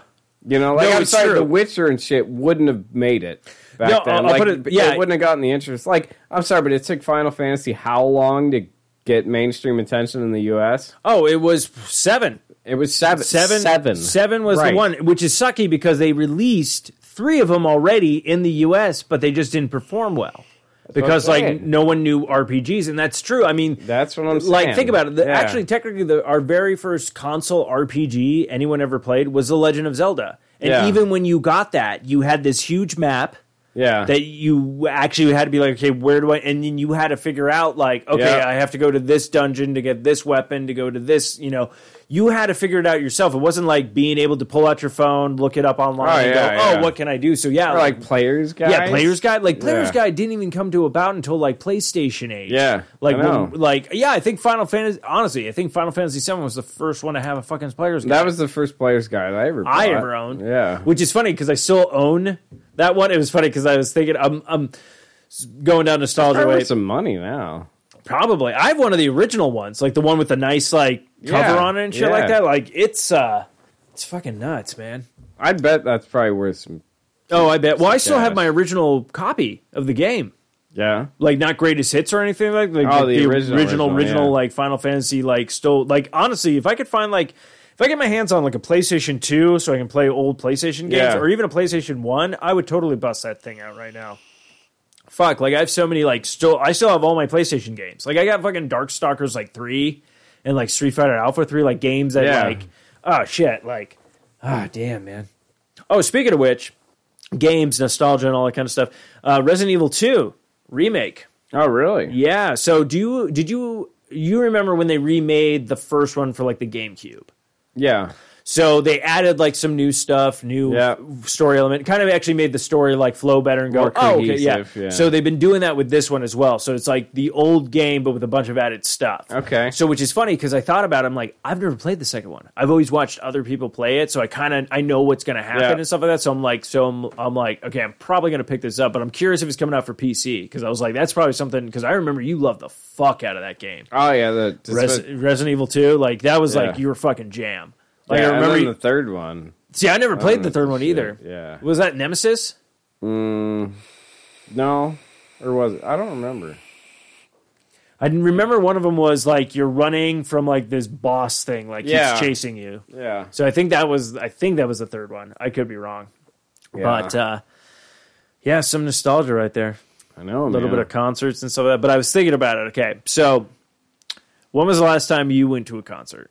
[SPEAKER 3] You know, like
[SPEAKER 2] No,
[SPEAKER 3] I'm
[SPEAKER 2] it's
[SPEAKER 3] sorry,
[SPEAKER 2] true.
[SPEAKER 3] The Witcher and shit wouldn't have made it back
[SPEAKER 2] No, I'll-
[SPEAKER 3] then.
[SPEAKER 2] I'll
[SPEAKER 3] like,
[SPEAKER 2] put it- yeah.
[SPEAKER 3] it wouldn't have gotten the interest. Like, I'm sorry, but it took Final Fantasy how long to get mainstream attention in the U.S.?
[SPEAKER 2] Oh, it was seven.
[SPEAKER 3] It was seven,
[SPEAKER 2] Seven.
[SPEAKER 3] seven,
[SPEAKER 2] Seven was
[SPEAKER 3] Right.
[SPEAKER 2] the one, which is sucky because they released three of them already in the U.S., but they just didn't perform well because
[SPEAKER 3] I'm
[SPEAKER 2] like
[SPEAKER 3] saying.
[SPEAKER 2] no one knew RPGs, and that's true. I mean,
[SPEAKER 3] That's what I'm saying.
[SPEAKER 2] like think about it the,
[SPEAKER 3] Yeah.
[SPEAKER 2] actually technically the, our very first console rpg anyone ever played was the legend of zelda and
[SPEAKER 3] Yeah.
[SPEAKER 2] even when you got that you had this huge map [laughs]
[SPEAKER 3] yeah,
[SPEAKER 2] that you actually had to be like okay where do i and then you had to figure out like okay
[SPEAKER 3] Yeah.
[SPEAKER 2] i have to go to this dungeon to get this weapon to go to this you know you had to figure it out yourself it wasn't like being able to pull out your phone look it up online
[SPEAKER 3] Oh,
[SPEAKER 2] and
[SPEAKER 3] yeah,
[SPEAKER 2] go oh
[SPEAKER 3] yeah.
[SPEAKER 2] what can i do so yeah
[SPEAKER 3] Or, like players, guys.
[SPEAKER 2] yeah, Players Guide. Like Players
[SPEAKER 3] Yeah.
[SPEAKER 2] Guide didn't even come to about until like PlayStation age.
[SPEAKER 3] Yeah,
[SPEAKER 2] like
[SPEAKER 3] I know.
[SPEAKER 2] when- like yeah, I think Final Fantasy. Honestly, I think Final Fantasy Seven was the first one to have a fucking Players Guide
[SPEAKER 3] That was the first Players Guide I ever.
[SPEAKER 2] I
[SPEAKER 3] bought.
[SPEAKER 2] ever owned.
[SPEAKER 3] Yeah,
[SPEAKER 2] which is funny because I still own that one. It was funny because I was thinking I'm I'm s- going down nostalgia
[SPEAKER 3] I
[SPEAKER 2] way.
[SPEAKER 3] worth some money now.
[SPEAKER 2] Probably I have one of the original ones, like the one with the nice like cover
[SPEAKER 3] Yeah,
[SPEAKER 2] on it and shit
[SPEAKER 3] yeah.
[SPEAKER 2] like that. Like it's uh, it's fucking nuts, man.
[SPEAKER 3] I bet that's probably worth some.
[SPEAKER 2] Oh, I bet. Well, I still have
[SPEAKER 3] cash.
[SPEAKER 2] my original copy of the game.
[SPEAKER 3] Yeah,
[SPEAKER 2] like not greatest hits or anything like like
[SPEAKER 3] Oh,
[SPEAKER 2] the,
[SPEAKER 3] the
[SPEAKER 2] original
[SPEAKER 3] original,
[SPEAKER 2] original,
[SPEAKER 3] original, yeah.
[SPEAKER 2] like Final Fantasy like still like honestly if I could find like if I get my hands on like a PlayStation 2 so I can play old PlayStation games
[SPEAKER 3] Yeah.
[SPEAKER 2] or even a PlayStation 1 I would totally bust that thing out right now fuck, like I have so many like still I still have all my PlayStation games. Like I got fucking Darkstalkers like three and like Street Fighter Alpha three, like games that
[SPEAKER 3] Yeah.
[SPEAKER 2] like oh shit, like ah damn man. Oh, speaking of which, games, nostalgia and all that kind of stuff. Uh Resident Evil two remake.
[SPEAKER 3] Oh, really?
[SPEAKER 2] Yeah. So do you did you you remember when they remade the first one for like the GameCube?
[SPEAKER 3] Yeah.
[SPEAKER 2] So they added like some new stuff, new
[SPEAKER 3] Yeah.
[SPEAKER 2] story element. Kind of actually made the story like flow better and go.
[SPEAKER 3] More
[SPEAKER 2] oh, okay, yeah.
[SPEAKER 3] cohesive, yeah.
[SPEAKER 2] So they've been doing that with this one as well. So it's like the old game, but with a bunch of added stuff.
[SPEAKER 3] Okay.
[SPEAKER 2] So which is funny because I thought about, it, I'm like, I've never played the second one. I've always watched other people play it, so I kind of I know what's going to happen
[SPEAKER 3] Yeah.
[SPEAKER 2] and stuff like that. So I'm like, so I'm, I'm like, okay, I'm probably going to pick this up, but I'm curious if it's coming out for PC because I was like, that's probably something because I remember you loved the fuck out of that game.
[SPEAKER 3] Oh, yeah. The,
[SPEAKER 2] Res- Resident Evil 2, like that was like
[SPEAKER 3] Yeah.
[SPEAKER 2] your fucking jam.
[SPEAKER 3] yeah,
[SPEAKER 2] Like I
[SPEAKER 3] and
[SPEAKER 2] remember
[SPEAKER 3] then
[SPEAKER 2] you-
[SPEAKER 3] the third one.
[SPEAKER 2] See, I never played
[SPEAKER 3] don't
[SPEAKER 2] the
[SPEAKER 3] know
[SPEAKER 2] third one
[SPEAKER 3] shit,
[SPEAKER 2] either.
[SPEAKER 3] yeah.
[SPEAKER 2] Was that Nemesis?
[SPEAKER 3] No, or was it? I don't remember.
[SPEAKER 2] I didn't remember one of them was like you're running from like this boss thing, like
[SPEAKER 3] Yeah.
[SPEAKER 2] he's chasing you.
[SPEAKER 3] Yeah.
[SPEAKER 2] So I think that was I think that was the third one. I could be wrong, but uh, yeah, some nostalgia right there.
[SPEAKER 3] I know
[SPEAKER 2] A little bit of concerts and stuff like that. But I was thinking about it. Okay, so when was the last time you went to a concert?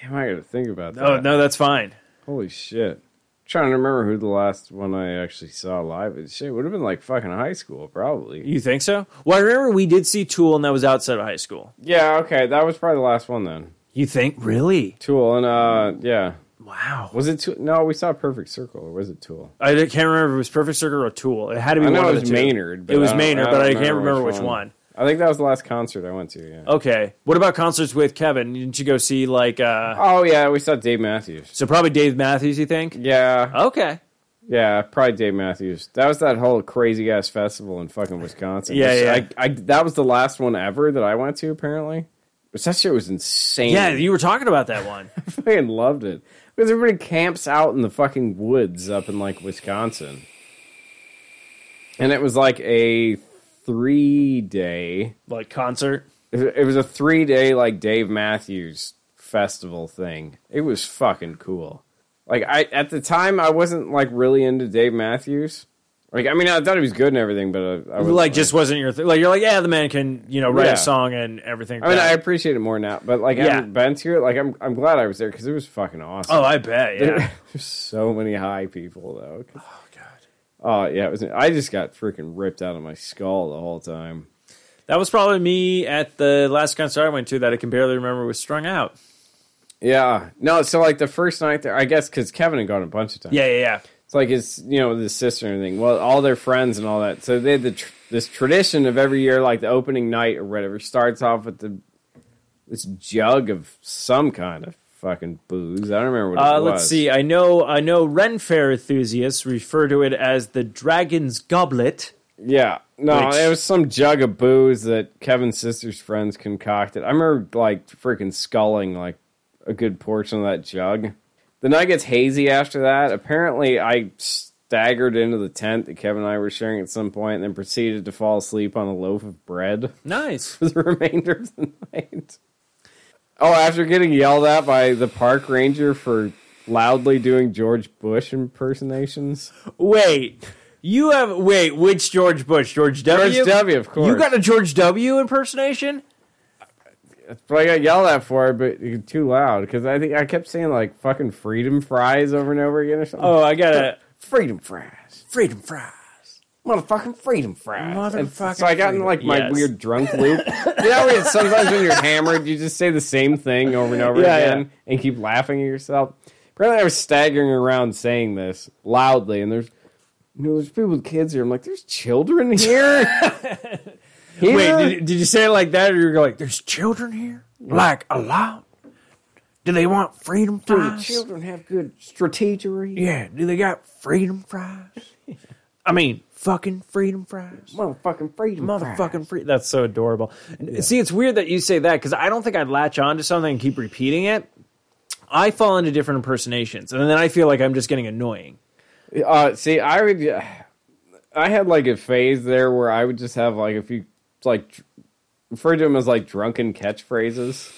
[SPEAKER 3] Damn, I gotta think about that.
[SPEAKER 2] Oh no, that's fine.
[SPEAKER 3] Holy shit! trying to remember who the last one I actually saw live. is. Shit, would have been like fucking high school, probably.
[SPEAKER 2] You think so? Well, I remember we did see Tool, and that was outside of high school.
[SPEAKER 3] Yeah. Okay, that was probably the last one then.
[SPEAKER 2] You think really?
[SPEAKER 3] Tool and uh, yeah.
[SPEAKER 2] Wow.
[SPEAKER 3] Was it Tool? No, we saw Perfect Circle, or was it Tool?
[SPEAKER 2] I can't remember if it was Perfect Circle or Tool. It had to be
[SPEAKER 3] I
[SPEAKER 2] one of
[SPEAKER 3] know it
[SPEAKER 2] the
[SPEAKER 3] was
[SPEAKER 2] two.
[SPEAKER 3] Maynard. But
[SPEAKER 2] it was
[SPEAKER 3] I don't-
[SPEAKER 2] Maynard,
[SPEAKER 3] I
[SPEAKER 2] but I
[SPEAKER 3] don't
[SPEAKER 2] can't remember which one.
[SPEAKER 3] I think that was the last concert I went to. Yeah. Oh,
[SPEAKER 2] Okay. What about concerts with Kevin? Didn't you go see like uh
[SPEAKER 3] Oh, yeah, we saw Dave Matthews.
[SPEAKER 2] so probably Dave Matthews, you think?
[SPEAKER 3] Yeah,
[SPEAKER 2] Okay.
[SPEAKER 3] yeah, probably Dave Matthews. That was that whole crazy ass festival in fucking Wisconsin.
[SPEAKER 2] Yeah,
[SPEAKER 3] which
[SPEAKER 2] yeah.
[SPEAKER 3] I, I, that was the last one ever that I went to. Apparently, which that shit was insane.
[SPEAKER 2] Yeah, you were talking about that one.
[SPEAKER 3] [laughs] fucking loved it because everybody camps out in the fucking woods up in like Wisconsin, and it was like a three day.
[SPEAKER 2] like concert.
[SPEAKER 3] It it was a three day like Dave Matthews festival thing. It was fucking cool. Like I at the time I wasn't like really into Dave Matthews. Like I mean I thought he was good and everything, but uh, I, I was
[SPEAKER 2] Like just wasn't your thing. Like you're like, yeah, the man can, you know, write
[SPEAKER 3] Yeah.
[SPEAKER 2] a song and everything.
[SPEAKER 3] I mean I
[SPEAKER 2] like
[SPEAKER 3] appreciate it more now. But like I
[SPEAKER 2] Yeah.
[SPEAKER 3] haven't been to it. Like I'm I'm glad I was there because it was fucking awesome. [laughs]
[SPEAKER 2] that. Oh, I bet, yeah.
[SPEAKER 3] There's so many high people though. Oh god. Oh yeah, it was. I just got freaking ripped out of my skull the whole time.
[SPEAKER 2] that was probably me at the last concert I went to that I can barely remember was strung out.
[SPEAKER 3] Yeah. No. So like the first night there, I guess because Kevin had gone a bunch of times.
[SPEAKER 2] Yeah, yeah, yeah.
[SPEAKER 3] It's like his, you know, with his sister and everything. Well, all their friends and all that. So they had the tr- this tradition of every year, like the opening night or whatever, starts off with the this jug of some kind of fucking booze. I don't remember what it
[SPEAKER 2] Uh,
[SPEAKER 3] was.
[SPEAKER 2] let's see. I know. I know. Ren Fair enthusiasts refer to it as the Dragon's Goblet.
[SPEAKER 3] Yeah, no,
[SPEAKER 2] Which-
[SPEAKER 3] it was some jug of booze that Kevin's sister's friends concocted. I remember like freaking sculling like a good portion of that jug. The night gets hazy after that. Apparently, I staggered into the tent that Kevin and I were sharing at some point, and then proceeded to fall asleep on a loaf of bread [laughs]
[SPEAKER 2] Nice.
[SPEAKER 3] for the remainder of the night. Oh, after getting yelled at by the park ranger for loudly doing George Bush impersonations.
[SPEAKER 2] Wait, you have wait. Which George Bush? George W.
[SPEAKER 3] George W, of course.
[SPEAKER 2] You got a George W. impersonation?
[SPEAKER 3] But I got yelled at for it, but it was too loud because I think I kept saying like fucking freedom fries over and over again or something.
[SPEAKER 2] Oh, I got a
[SPEAKER 3] freedom fries,
[SPEAKER 2] freedom fries.
[SPEAKER 3] motherfucking freedom fries. And
[SPEAKER 2] Motherfucking
[SPEAKER 3] so I got in
[SPEAKER 2] freedom-
[SPEAKER 3] like my
[SPEAKER 2] Yes.
[SPEAKER 3] weird drunk loop. you know, when sometimes when you're hammered, you just say the same thing over and over
[SPEAKER 2] Yeah,
[SPEAKER 3] again and keep laughing at yourself. Apparently, I was staggering around saying this loudly, and there's. You know, there's people with kids here. I'm like, there's children
[SPEAKER 2] [laughs]
[SPEAKER 3] here. Here?
[SPEAKER 2] Wait, did, did you say it like that, or you're like, "There's children here, like a lot." Do they want freedom
[SPEAKER 3] Do the
[SPEAKER 2] fries?
[SPEAKER 3] children have good strategery?
[SPEAKER 2] Yeah. Do they got freedom fries? I mean, fucking freedom fries.
[SPEAKER 3] Motherfucking freedom. fries.
[SPEAKER 2] motherfucking free. That's so adorable. See, it's weird that you say that because I don't think I'd latch on to something and keep repeating it. I fall into different impersonations, and then I feel like I'm just getting annoying.
[SPEAKER 3] Uh, see, I would. I had like a phase there where I would just have like a few like dr- refer to them as like drunken catchphrases.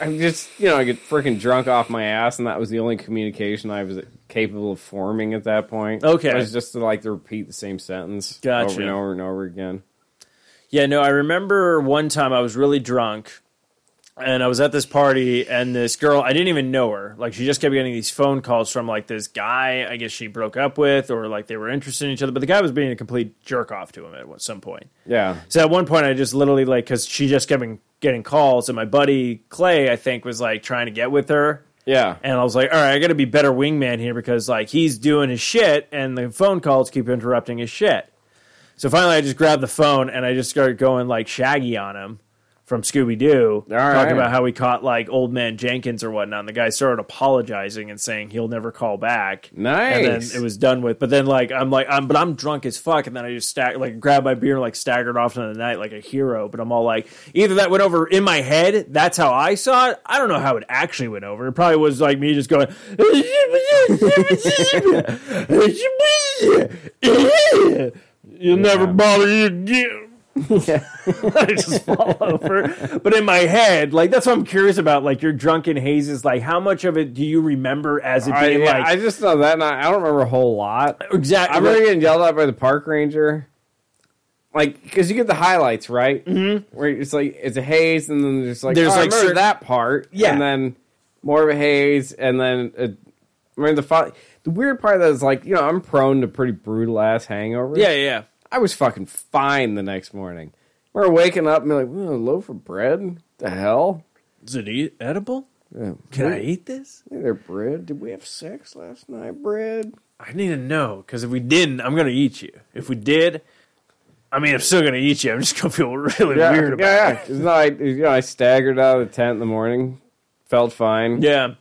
[SPEAKER 3] I'm just, you know, I get freaking drunk off my ass, and that was the only communication I was capable of forming at that point.
[SPEAKER 2] Okay.
[SPEAKER 3] It was just to, like to repeat the same sentence
[SPEAKER 2] Gotcha.
[SPEAKER 3] over and over and over again.
[SPEAKER 2] Yeah, no, I remember one time I was really drunk and I was at this party and this girl, I didn't even know her. Like she just kept getting these phone calls from like this guy I guess she broke up with or like they were interested in each other, but the guy was being a complete jerk off to him at one- some point.
[SPEAKER 3] Yeah.
[SPEAKER 2] So at one point, I just literally like because she just kept getting- getting calls, and my buddy Clay, I think, was like trying to get with her,
[SPEAKER 3] Yeah.
[SPEAKER 2] and I was like, all right, I got to be better wingman here because like he's doing his shit, and the phone calls keep interrupting his shit. So finally, I just grabbed the phone and I just started going like Shaggy on him from Scooby Doo, talking
[SPEAKER 3] right.
[SPEAKER 2] about how he caught like old man Jenkins or whatnot. And the guy started apologizing and saying he'll never call back. And then
[SPEAKER 3] Nice.
[SPEAKER 2] it was done with. But then like I'm like I'm but I'm drunk as fuck. And then I just stack like grabbed my beer and like staggered off into the night like a hero. But I'm all like either that went over in my head. That's how I saw it. I don't know how it actually went over. It probably was like me just going. You'll never bother you again. [laughs] I just fall over. But in my head, like that's what I'm curious about. Like your drunken hazes, like how much of it do you remember as it
[SPEAKER 3] I,
[SPEAKER 2] being
[SPEAKER 3] yeah,
[SPEAKER 2] like
[SPEAKER 3] I just know that, and I, I don't remember a whole lot.
[SPEAKER 2] exactly?
[SPEAKER 3] I remember getting yelled at by the park ranger. Like, because you get the highlights, right? Mm-hmm. Where it's like, it's a haze, and then there's like,
[SPEAKER 2] There's,
[SPEAKER 3] oh, I
[SPEAKER 2] like,
[SPEAKER 3] remember
[SPEAKER 2] cer-
[SPEAKER 3] that part.
[SPEAKER 2] Yeah.
[SPEAKER 3] And then more of a haze, and then, uh, I mean, the, fi- the weird part of that is like, you know, I'm prone to pretty brutal ass hangovers.
[SPEAKER 2] yeah, yeah, yeah.
[SPEAKER 3] I was fucking fine the next morning. We're waking up and be like, "Ooh, a loaf of bread? The hell?
[SPEAKER 2] Is it eat- edible?
[SPEAKER 3] Yeah.
[SPEAKER 2] Can I eat this?
[SPEAKER 3] There, bread? Did we have sex last night, bread?
[SPEAKER 2] I need to know because if we didn't, I'm gonna eat you. If we did, I mean, I'm still gonna eat you. I'm just gonna feel [laughs] really weird about
[SPEAKER 3] yeah,
[SPEAKER 2] it.
[SPEAKER 3] yeah. It's not like, you know, I staggered out of the tent in the morning, felt fine.
[SPEAKER 2] Yeah,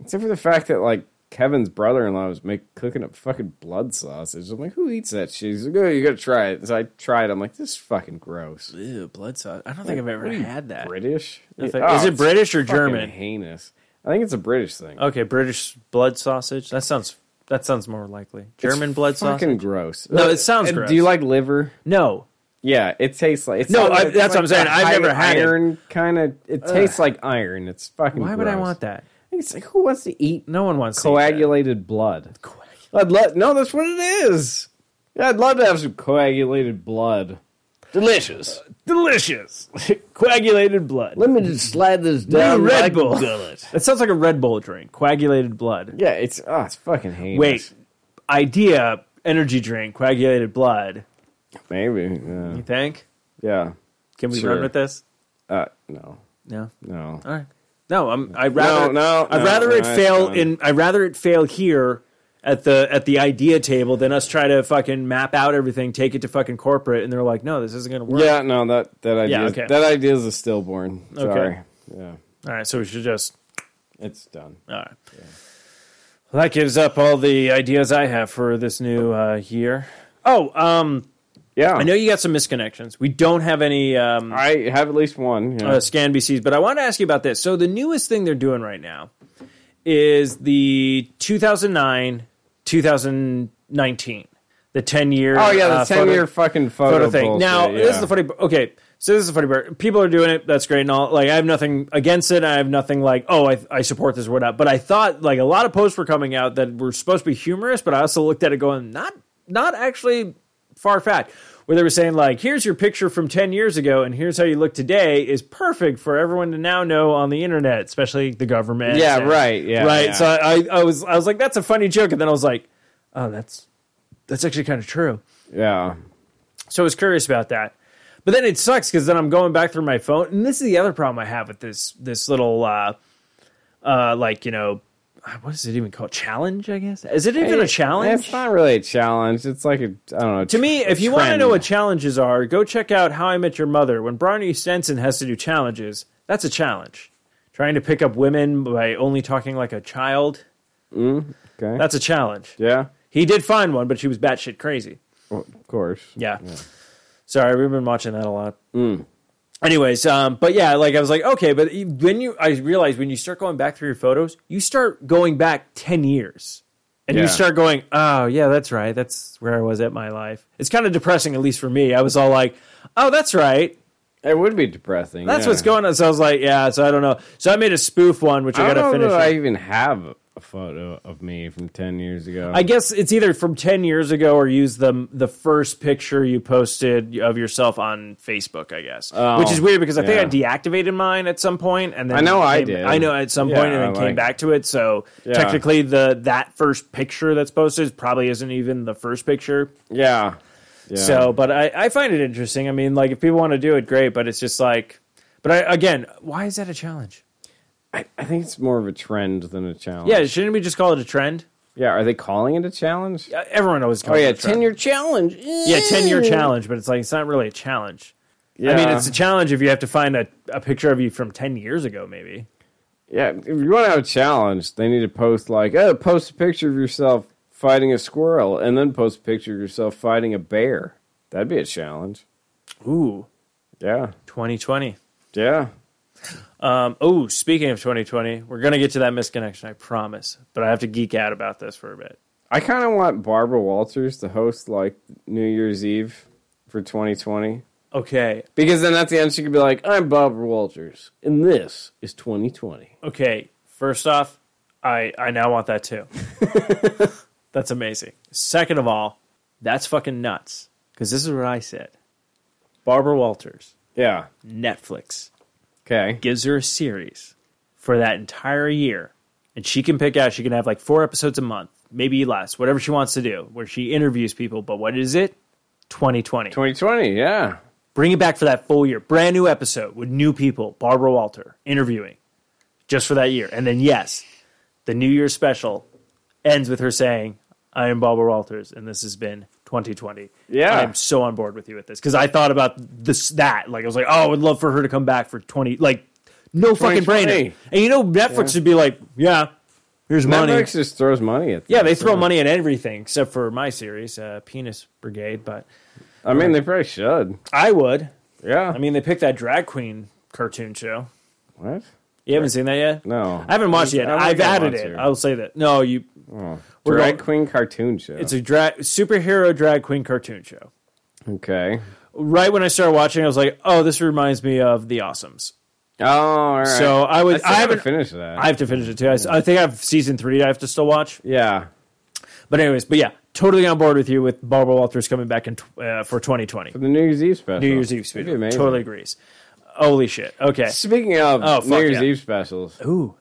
[SPEAKER 3] Except for the fact that, like, Kevin's brother in law was make, cooking up fucking blood sausage. I'm like, who eats that shit? He's like, oh, you gotta try it. So I tried it. I'm like, this is fucking gross.
[SPEAKER 2] Ew, blood sauce. I don't think I've ever
[SPEAKER 3] What are you,
[SPEAKER 2] had that.
[SPEAKER 3] British?
[SPEAKER 2] Is
[SPEAKER 3] Yeah. Oh,
[SPEAKER 2] it
[SPEAKER 3] it's
[SPEAKER 2] British or
[SPEAKER 3] fucking
[SPEAKER 2] German? Oh,
[SPEAKER 3] heinous. I think it's a British thing.
[SPEAKER 2] Okay, British blood sausage. That sounds that sounds more likely. German blood sausage.
[SPEAKER 3] fucking gross.
[SPEAKER 2] No, it sounds
[SPEAKER 3] And
[SPEAKER 2] gross.
[SPEAKER 3] Do you like liver?
[SPEAKER 2] No,
[SPEAKER 3] Yeah, it tastes like it's
[SPEAKER 2] No,
[SPEAKER 3] like-
[SPEAKER 2] I-
[SPEAKER 3] it's
[SPEAKER 2] that's what I'm saying.
[SPEAKER 3] the
[SPEAKER 2] I've
[SPEAKER 3] high
[SPEAKER 2] never had it.
[SPEAKER 3] iron kind of. It tastes like iron. It's fucking.
[SPEAKER 2] why would I
[SPEAKER 3] gross.
[SPEAKER 2] want that?
[SPEAKER 3] It's like who wants to eat
[SPEAKER 2] No one wants to eat that.
[SPEAKER 3] coagulated blood? I'd lo- no, that's what it is. Yeah, I'd love to have some coagulated blood.
[SPEAKER 5] Delicious.
[SPEAKER 2] Delicious [laughs] coagulated blood.
[SPEAKER 5] Let me just slide this down
[SPEAKER 2] Red
[SPEAKER 5] like
[SPEAKER 2] Bull.
[SPEAKER 5] a gullet.
[SPEAKER 2] That sounds like a Red Bull drink. Coagulated blood.
[SPEAKER 3] Yeah, it's oh, it's fucking heinous.
[SPEAKER 2] Wait, idea energy drink. Coagulated blood.
[SPEAKER 3] maybe yeah.
[SPEAKER 2] You think?
[SPEAKER 3] yeah.
[SPEAKER 2] Can we
[SPEAKER 3] Sure.
[SPEAKER 2] run with this?
[SPEAKER 3] Uh, no,
[SPEAKER 2] No.
[SPEAKER 3] no.
[SPEAKER 2] All right. No, I'm. I rather
[SPEAKER 3] no,
[SPEAKER 2] I'd
[SPEAKER 3] no,
[SPEAKER 2] rather it
[SPEAKER 3] no,
[SPEAKER 2] fail
[SPEAKER 3] no.
[SPEAKER 2] in. I would rather it fail here at the at the idea table than us try to fucking map out everything, take it to fucking corporate, and they're like, no, this isn't gonna work.
[SPEAKER 3] Yeah, no. That that idea
[SPEAKER 2] okay.
[SPEAKER 3] that idea is a stillborn. Sorry. Yeah,
[SPEAKER 2] All right. So we should just.
[SPEAKER 3] it's done.
[SPEAKER 2] All right. Well, that gives up all the ideas I have for this new uh, year. Oh, um,
[SPEAKER 3] Yeah,
[SPEAKER 2] I know you got some misconnections. We don't have any um,
[SPEAKER 3] I have at least one. yeah.
[SPEAKER 2] uh, scan BCs, but I want to ask you about this. So the newest thing they're doing right now is the 2009 2019, the 10 year.
[SPEAKER 3] Oh yeah, the
[SPEAKER 2] uh,
[SPEAKER 3] ten
[SPEAKER 2] photo-
[SPEAKER 3] year fucking photo,
[SPEAKER 2] photo, thing.
[SPEAKER 3] bullshit,
[SPEAKER 2] now this
[SPEAKER 3] yeah.
[SPEAKER 2] is the funny. Okay, so this is the funny part. People are doing it. That's great and all. Like I have nothing against it. I have nothing like oh I, I support this or whatnot. But I thought like a lot of posts were coming out that were supposed to be humorous, but I also looked at it going not not actually far fetched. Where they were saying like here's your picture from ten years ago and here's how you look today is perfect for everyone to now know on the internet, especially the government.
[SPEAKER 3] Yeah,
[SPEAKER 2] and-
[SPEAKER 3] right, yeah,
[SPEAKER 2] right.
[SPEAKER 3] yeah.
[SPEAKER 2] So I, I I was I was like that's a funny joke, and then I was like oh that's that's actually kind of true.
[SPEAKER 3] Yeah,
[SPEAKER 2] So I was curious about that. But then it sucks because then I'm going back through my phone, and this is the other problem I have with this this little uh, uh, like you know, ah, what is it even called? Challenge, I guess. Is it even a challenge?
[SPEAKER 3] It's not really a challenge. It's like a I don't know.
[SPEAKER 2] to me, if you want to know what challenges are, go check out How I Met Your Mother. When Barney Stenson has to do challenges, that's a challenge. Trying to pick up women by only talking like a child,
[SPEAKER 3] okay.
[SPEAKER 2] that's a challenge.
[SPEAKER 3] yeah,
[SPEAKER 2] He did find one, but she was batshit crazy.
[SPEAKER 3] well, of course.
[SPEAKER 2] Yeah. Sorry, we've been watching that a lot.
[SPEAKER 3] Mm.
[SPEAKER 2] Anyways, um, but yeah, like I was like, okay, but e- when you, I realized when you start going back through your photos, you start going back 10 years and
[SPEAKER 3] Yeah.
[SPEAKER 2] you start going, oh, yeah, that's right. That's where I was at my life. It's kind of depressing, at least for me. I was all like, oh, that's right.
[SPEAKER 3] It would be depressing.
[SPEAKER 2] That's
[SPEAKER 3] yeah.
[SPEAKER 2] what's going on. So I was like, yeah. So I don't know. So I made a spoof one, which I,
[SPEAKER 3] I
[SPEAKER 2] gotta
[SPEAKER 3] don't know
[SPEAKER 2] finish.
[SPEAKER 3] that
[SPEAKER 2] up.
[SPEAKER 3] I even have a photo of me from ten years ago.
[SPEAKER 2] I guess it's either from ten years ago or use the the first picture you posted of yourself on Facebook. I guess,
[SPEAKER 3] Oh,
[SPEAKER 2] which is weird because I think
[SPEAKER 3] yeah.
[SPEAKER 2] I deactivated mine at some point, and then
[SPEAKER 3] I know I
[SPEAKER 2] came-
[SPEAKER 3] did.
[SPEAKER 2] I know at some point and
[SPEAKER 3] Yeah,
[SPEAKER 2] then
[SPEAKER 3] like-
[SPEAKER 2] came back to it. So
[SPEAKER 3] Yeah.
[SPEAKER 2] technically, the that first picture that's posted probably isn't even the first picture.
[SPEAKER 3] yeah. yeah.
[SPEAKER 2] So, but I, I find it interesting. I mean, like if people want to do it, great. But it's just like, but I, again, why is that a challenge?
[SPEAKER 3] I, I think it's more of a trend than a challenge.
[SPEAKER 2] Yeah, shouldn't we just call it a trend?
[SPEAKER 3] Yeah. Are they calling it a challenge?
[SPEAKER 2] Uh, Everyone always
[SPEAKER 3] Oh
[SPEAKER 2] calls
[SPEAKER 3] yeah,
[SPEAKER 2] it a trend.
[SPEAKER 3] ten year challenge.
[SPEAKER 2] yeah, ten year challenge, but it's like it's not really a challenge.
[SPEAKER 3] Yeah.
[SPEAKER 2] I mean, it's a challenge if you have to find a, a picture of you from 10 years ago, maybe.
[SPEAKER 3] yeah. If you want to have a challenge, they need to post like, oh, post a picture of yourself fighting a squirrel, and then post a picture of yourself fighting a bear. That'd be a challenge.
[SPEAKER 2] Ooh,
[SPEAKER 3] Yeah.
[SPEAKER 2] 2020.
[SPEAKER 3] Yeah.
[SPEAKER 2] Um, oh, speaking of 2020, we're going to get to that misconnection, I promise. But I have to geek out about this for a bit.
[SPEAKER 3] I kind of want Barbara Walters to host like New Year's Eve for 2020
[SPEAKER 2] Okay,
[SPEAKER 3] because then at the end she could be like, "I'm Barbara Walters, and this is 2020."
[SPEAKER 2] okay. First off, I, I now want that too. that's amazing. Second of all, that's fucking nuts. Because this is what I said Barbara Walters,
[SPEAKER 3] Yeah.
[SPEAKER 2] Netflix.
[SPEAKER 3] Okay.
[SPEAKER 2] gives her a series for that entire year, and she can pick out. She can have like four episodes a month, maybe less, whatever she wants to do, where she interviews people. But what is it? 2020.
[SPEAKER 3] 2020. Yeah.
[SPEAKER 2] Bring it back for that full year. Brand new episode with new people. Barbara Walter interviewing just for that year. And then, yes, the New Year's special ends with her saying, I am Barbara Walters, and this has been 2020.
[SPEAKER 3] Yeah.
[SPEAKER 2] I'm so on board with you with this because I thought about this that. Like, I was like, oh, I would love for her to come back for 20. Like, no fucking
[SPEAKER 3] 2020.
[SPEAKER 2] brainer. And you know, Netflix would be like, yeah, here's money.
[SPEAKER 3] Netflix just throws money at.
[SPEAKER 2] yeah, they
[SPEAKER 3] things,
[SPEAKER 2] throw
[SPEAKER 3] really.
[SPEAKER 2] money at everything except for my series, uh, Penis Brigade. But
[SPEAKER 3] I mean, they probably should.
[SPEAKER 2] I would.
[SPEAKER 3] Yeah.
[SPEAKER 2] I mean, they picked that drag queen cartoon show.
[SPEAKER 3] what?
[SPEAKER 2] You haven't seen that yet?
[SPEAKER 3] No.
[SPEAKER 2] I haven't watched it yet.
[SPEAKER 3] I don't
[SPEAKER 2] I've
[SPEAKER 3] think I
[SPEAKER 2] added
[SPEAKER 3] want
[SPEAKER 2] it.
[SPEAKER 3] to.
[SPEAKER 2] I'll say that. No, you. We're
[SPEAKER 3] Oh. drag
[SPEAKER 2] going-
[SPEAKER 3] queen cartoon show.
[SPEAKER 2] It's a drag superhero drag queen cartoon show.
[SPEAKER 3] okay.
[SPEAKER 2] Right when I started watching, I was like, "Oh, this reminds me of The Awesomes."
[SPEAKER 3] Oh, all right.
[SPEAKER 2] So I would. I,
[SPEAKER 3] I haven't
[SPEAKER 2] haven't.
[SPEAKER 3] finished that.
[SPEAKER 2] I have to finish it too. I, s- I think I have season three. I have to still watch.
[SPEAKER 3] yeah.
[SPEAKER 2] But anyways, but yeah, totally on board with you with Barbara Walters coming back in tw- uh, for 2020
[SPEAKER 3] The New Year's Eve special.
[SPEAKER 2] New Year's Eve
[SPEAKER 3] Oh, That'd be
[SPEAKER 2] special.
[SPEAKER 3] amazing.
[SPEAKER 2] Totally agrees. Holy shit. Okay.
[SPEAKER 3] Speaking of
[SPEAKER 2] Oh, fuck
[SPEAKER 3] New Year's
[SPEAKER 2] yeah.
[SPEAKER 3] Eve specials,
[SPEAKER 2] Ooh.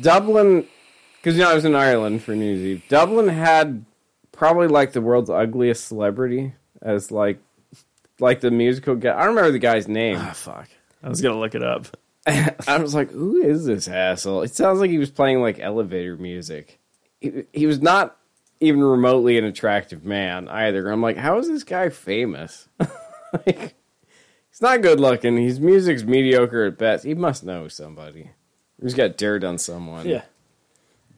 [SPEAKER 3] Dublin, because you know I was in Ireland for New Year's Eve. Dublin had probably like the world's ugliest celebrity as like like the musical guy. I don't remember the guy's name.
[SPEAKER 2] Ah, Fuck. I was gonna look it up.
[SPEAKER 3] I was like, who is this asshole? It sounds like he was playing like elevator music. He, he was not even remotely an attractive man either. I'm like, how is this guy famous? [laughs] like, he's not good looking. His music's mediocre at best. He must know somebody. He's got dirt on someone.
[SPEAKER 2] Yeah.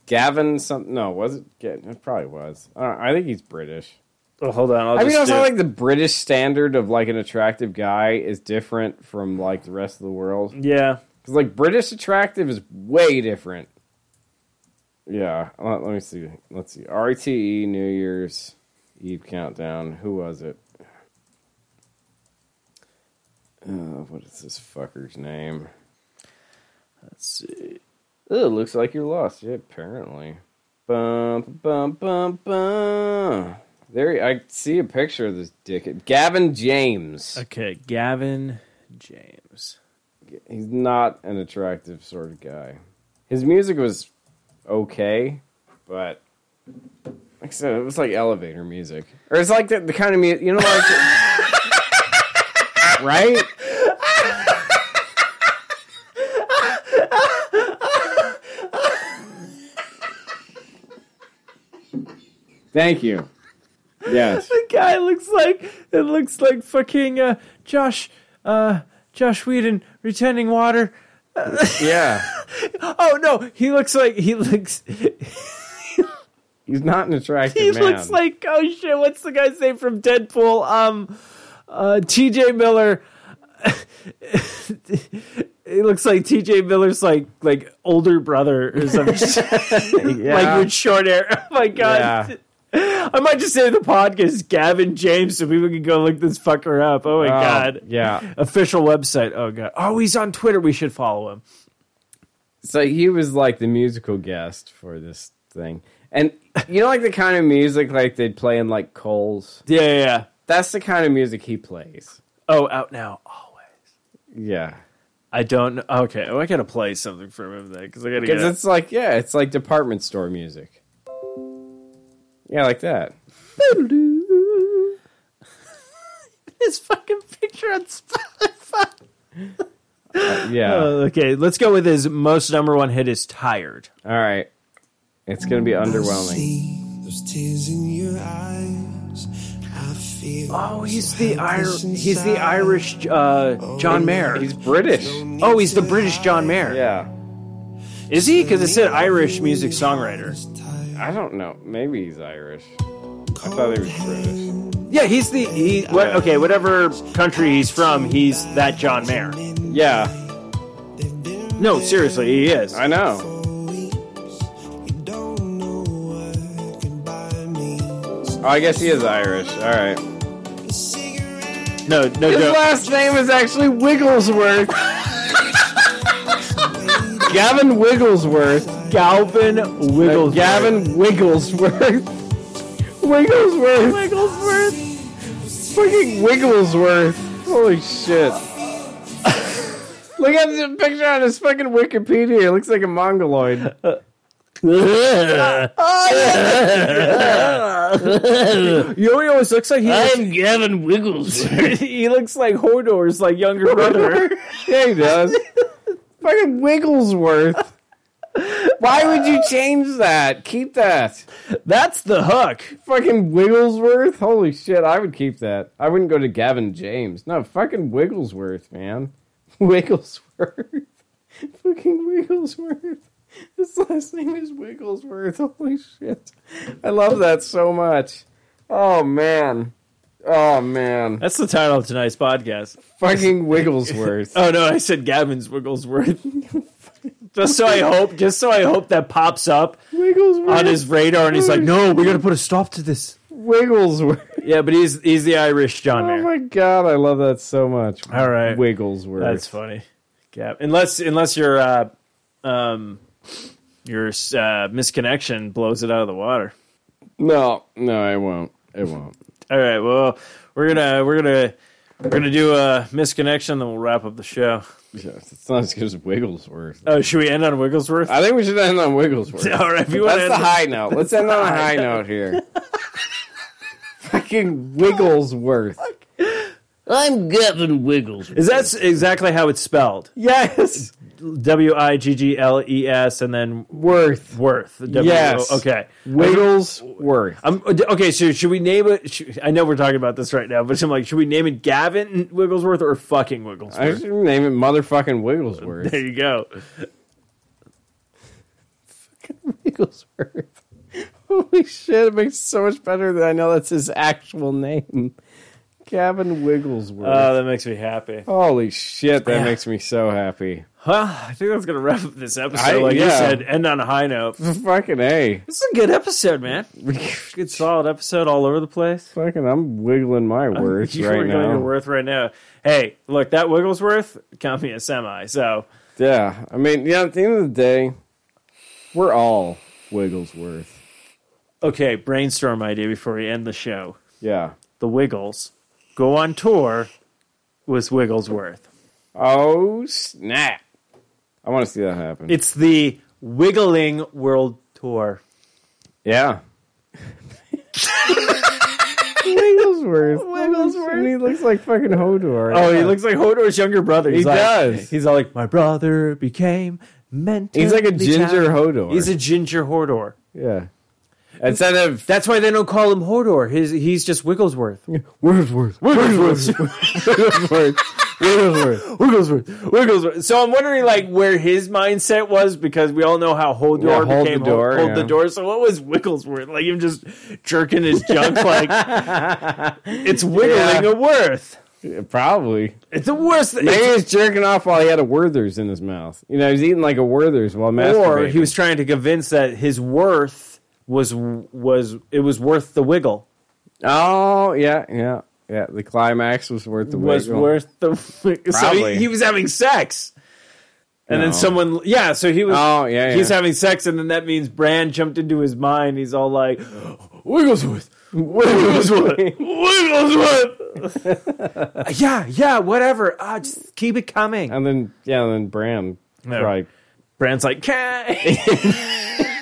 [SPEAKER 3] Gavin, something. No, was it? Ga- It probably was. I, don't, I think he's British.
[SPEAKER 2] Oh, hold on. I'll
[SPEAKER 3] I mean,
[SPEAKER 2] just
[SPEAKER 3] also
[SPEAKER 2] do it.
[SPEAKER 3] like the British standard of like an attractive guy is different from like the rest of the world.
[SPEAKER 2] yeah.
[SPEAKER 3] Because like British attractive is way different. Yeah, let, let me see. Let's see. RTE E, New Year's Eve countdown. Who was it? Uh, what is this fucker's name?
[SPEAKER 2] Let's see.
[SPEAKER 3] Ooh, looks like you're lost. Yeah, apparently. Bum bum bum bum. There, I see a picture of this dickhead, Gavin James.
[SPEAKER 2] Okay, Gavin James.
[SPEAKER 3] he's not an attractive sort of guy. His music was okay, but like I said, it was like elevator music, or it's like the, the kind of music you know, like [laughs] right? Thank you.
[SPEAKER 2] [laughs]
[SPEAKER 3] Yes.
[SPEAKER 2] The guy looks like it looks like fucking uh, Josh uh, Josh Whedon returning water.
[SPEAKER 3] Yeah.
[SPEAKER 2] Oh no, he looks like he looks
[SPEAKER 3] He's not an attractive
[SPEAKER 2] he
[SPEAKER 3] man.
[SPEAKER 2] looks like oh shit, what's the guy's name from Deadpool? Um, uh, T.J. Miller. [laughs] It looks like T.J. Miller's like like [laughs] older brother or something, [laughs]
[SPEAKER 3] yeah.
[SPEAKER 2] like with short hair. Oh my god.
[SPEAKER 3] Yeah.
[SPEAKER 2] I might just say the podcast Gavin James so people can go look this fucker up. Oh my
[SPEAKER 3] Oh,
[SPEAKER 2] god.
[SPEAKER 3] Yeah.
[SPEAKER 2] Official website. Oh god. Oh, he's on Twitter. We should follow him.
[SPEAKER 3] So he was like the musical guest for this thing. And you know like the kind of music like they'd play in like Coles?
[SPEAKER 2] Yeah, yeah, yeah.
[SPEAKER 3] That's the kind of music he plays.
[SPEAKER 2] Oh, out now. Always.
[SPEAKER 3] Yeah.
[SPEAKER 2] I don't know. Okay. Oh, I gotta play something from him then because I gotta get
[SPEAKER 3] Because
[SPEAKER 2] it.
[SPEAKER 3] it's like yeah, it's like department store music. Yeah, like that.
[SPEAKER 2] [laughs] his fucking picture on [laughs] Spotify.
[SPEAKER 3] Yeah.
[SPEAKER 2] Uh, okay, let's go with his most number one hit is Tired.
[SPEAKER 3] All right. It's gonna be underwhelming.
[SPEAKER 4] See those tears in your eyes. I feel.
[SPEAKER 2] Oh, he's the Ir- he's the Irish uh, John Mayer.
[SPEAKER 3] He's British.
[SPEAKER 2] oh, he's the British John Mayer.
[SPEAKER 3] Yeah.
[SPEAKER 2] Is he? Because it said Irish music songwriter.
[SPEAKER 3] I don't know. Maybe he's Irish. I thought he was British.
[SPEAKER 2] Yeah, he's the he. What, okay, whatever country he's from, he's that John Mayer.
[SPEAKER 3] Yeah,
[SPEAKER 2] No, seriously, he is.
[SPEAKER 3] I know. Oh, I guess he is Irish. All right.
[SPEAKER 2] No, no
[SPEAKER 3] His
[SPEAKER 2] joke.
[SPEAKER 3] last name is
[SPEAKER 2] [laughs]
[SPEAKER 3] actually Wigglesworth. Gavin Wigglesworth.
[SPEAKER 2] Galvin
[SPEAKER 3] No,
[SPEAKER 2] Wiggles.
[SPEAKER 3] Gavin Wigglesworth. Wigglesworth. Wigglesworth. Fucking Wigglesworth. Holy shit. Look at the picture on his fucking Wikipedia. It looks like a mongoloid.
[SPEAKER 2] You know what he always looks like? He looks,
[SPEAKER 5] I'm Gavin Wigglesworth.
[SPEAKER 2] [laughs] he looks like Hodor's like younger brother.
[SPEAKER 3] yeah, he does. fucking Wigglesworth. Why would you change that? Keep that.
[SPEAKER 2] [laughs] That's the hook.
[SPEAKER 3] Fucking Wigglesworth? Holy shit, I would keep that. I wouldn't go to Gavin James. No, fucking Wigglesworth, man. [laughs] Wigglesworth. [laughs] fucking Wigglesworth. His last name is Wigglesworth. Holy shit. I love that so much. Oh, man. Oh, man.
[SPEAKER 2] That's the title of tonight's podcast. [laughs]
[SPEAKER 3] Fucking Wigglesworth.
[SPEAKER 2] Oh no, I said Gavin's Wigglesworth. [laughs] just so I hope, just so I hope that pops up
[SPEAKER 3] Wigglesworth.
[SPEAKER 2] on his radar, and he's like, "No, we got to put a stop to this."
[SPEAKER 3] Wigglesworth.
[SPEAKER 2] Yeah, but he's he's the Irish John
[SPEAKER 3] Oh,
[SPEAKER 2] Mayer.
[SPEAKER 3] my God. I love that so much.
[SPEAKER 2] All right.
[SPEAKER 3] Wigglesworth.
[SPEAKER 2] That's funny. Gav, unless unless your uh, um your uh, misconnection blows it out of the water.
[SPEAKER 3] No, no, I won't. It won't.
[SPEAKER 2] All right, well, we're gonna we're gonna we're gonna do a misconnection, then we'll wrap up the show.
[SPEAKER 3] Yeah, it's not as good as Wigglesworth.
[SPEAKER 2] Oh, should we end on Wigglesworth?
[SPEAKER 3] I think we should end on Wigglesworth.
[SPEAKER 2] [laughs] All right, if you want to
[SPEAKER 3] That's
[SPEAKER 2] end
[SPEAKER 3] the high note. Let's end on a high note here. Fucking Wigglesworth.
[SPEAKER 5] I'm Gavin Wigglesworth.
[SPEAKER 2] Is that exactly how it's spelled?
[SPEAKER 3] Yes.
[SPEAKER 2] W i g g l e s and then
[SPEAKER 3] Worth.
[SPEAKER 2] Worth. W-
[SPEAKER 3] Yes.
[SPEAKER 2] Okay.
[SPEAKER 3] Wigglesworth.
[SPEAKER 2] Um, okay. So should we name it? Should, I know we're talking about this right now, but I'm like, should we name it Gavin Wigglesworth or fucking
[SPEAKER 3] I
[SPEAKER 2] Wigglesworth?
[SPEAKER 3] should name it motherfucking
[SPEAKER 2] [laughs]
[SPEAKER 3] Wigglesworth.
[SPEAKER 2] there you go.
[SPEAKER 3] Wigglesworth. Holy shit, it makes so much better that I know that's his actual name. Gavin Wigglesworth.
[SPEAKER 2] Oh, that makes me happy.
[SPEAKER 3] Holy shit, that
[SPEAKER 2] Yeah.
[SPEAKER 3] makes me so happy.
[SPEAKER 2] Well, I think that's gonna wrap up this episode.
[SPEAKER 3] I-
[SPEAKER 2] like you
[SPEAKER 3] yeah.
[SPEAKER 2] said, end on a high note. This
[SPEAKER 3] Fucking A. [laughs]
[SPEAKER 2] is a good episode, man. Good solid episode all over the place.
[SPEAKER 3] Fucking, I'm wiggling my
[SPEAKER 2] [laughs]
[SPEAKER 3] words
[SPEAKER 2] you
[SPEAKER 3] right
[SPEAKER 2] were going
[SPEAKER 3] now.
[SPEAKER 2] to Worth right now. Hey, look, that Wigglesworth count me a semi. So.
[SPEAKER 3] Yeah, I mean, yeah. At the end of the day, we're all Wigglesworth.
[SPEAKER 2] Okay, brainstorm idea before we end the show.
[SPEAKER 3] Yeah.
[SPEAKER 2] The Wiggles go on tour with Wigglesworth.
[SPEAKER 3] Oh snap! I want to see that happen.
[SPEAKER 2] It's the Wiggling World Tour.
[SPEAKER 3] yeah. Wigglesworth. Wigglesworth. And he looks like fucking Hodor.
[SPEAKER 2] Oh, he looks like Hodor's younger brother. He's
[SPEAKER 3] He
[SPEAKER 2] like-
[SPEAKER 3] does.
[SPEAKER 2] He's all like, my brother became mentally.
[SPEAKER 3] He's like a ginger
[SPEAKER 2] challenged."
[SPEAKER 3] Hodor.
[SPEAKER 2] He's a ginger Hodor.
[SPEAKER 3] yeah. Instead of
[SPEAKER 2] That's why they don't call him Hodor. His, he's just Wigglesworth.
[SPEAKER 3] Wigglesworth, Wigglesworth, Wigglesworth, [laughs] Wigglesworth.
[SPEAKER 2] Wigglesworth. Wigglesworth. So I'm wondering, like, where his mindset was because we all know how Holdor
[SPEAKER 3] Yeah, hold
[SPEAKER 2] became
[SPEAKER 3] the
[SPEAKER 2] Hol-
[SPEAKER 3] door,
[SPEAKER 2] hold the
[SPEAKER 3] yeah.
[SPEAKER 2] door. So what was Wigglesworth like? Him just jerking his junk like
[SPEAKER 3] [laughs]
[SPEAKER 2] it's wiggling
[SPEAKER 3] Yeah.
[SPEAKER 2] a worth.
[SPEAKER 3] Yeah, Probably.
[SPEAKER 2] It's the worst. thing.
[SPEAKER 3] Maybe he was jerking off while he had a Werther's in his mouth. You know, he was eating like a Werther's while masturbating.
[SPEAKER 2] or he was trying to convince that his worth was was it was worth the wiggle.
[SPEAKER 3] Oh yeah, yeah, yeah. The climax was worth the
[SPEAKER 2] was
[SPEAKER 3] wiggle.
[SPEAKER 2] worth the [laughs] so
[SPEAKER 3] Probably.
[SPEAKER 2] he, he was having sex and then
[SPEAKER 3] No.
[SPEAKER 2] someone yeah so he was
[SPEAKER 3] Oh, yeah,
[SPEAKER 2] he's
[SPEAKER 3] yeah.
[SPEAKER 2] having sex and then that means brand jumped into his mind he's all like wigglesworth wigglesworth wigglesworth [laughs] yeah yeah whatever ah, just keep it coming
[SPEAKER 3] [laughs] And then yeah, and then Bram
[SPEAKER 2] No.
[SPEAKER 3] probably
[SPEAKER 2] brand's like "Okay." [laughs]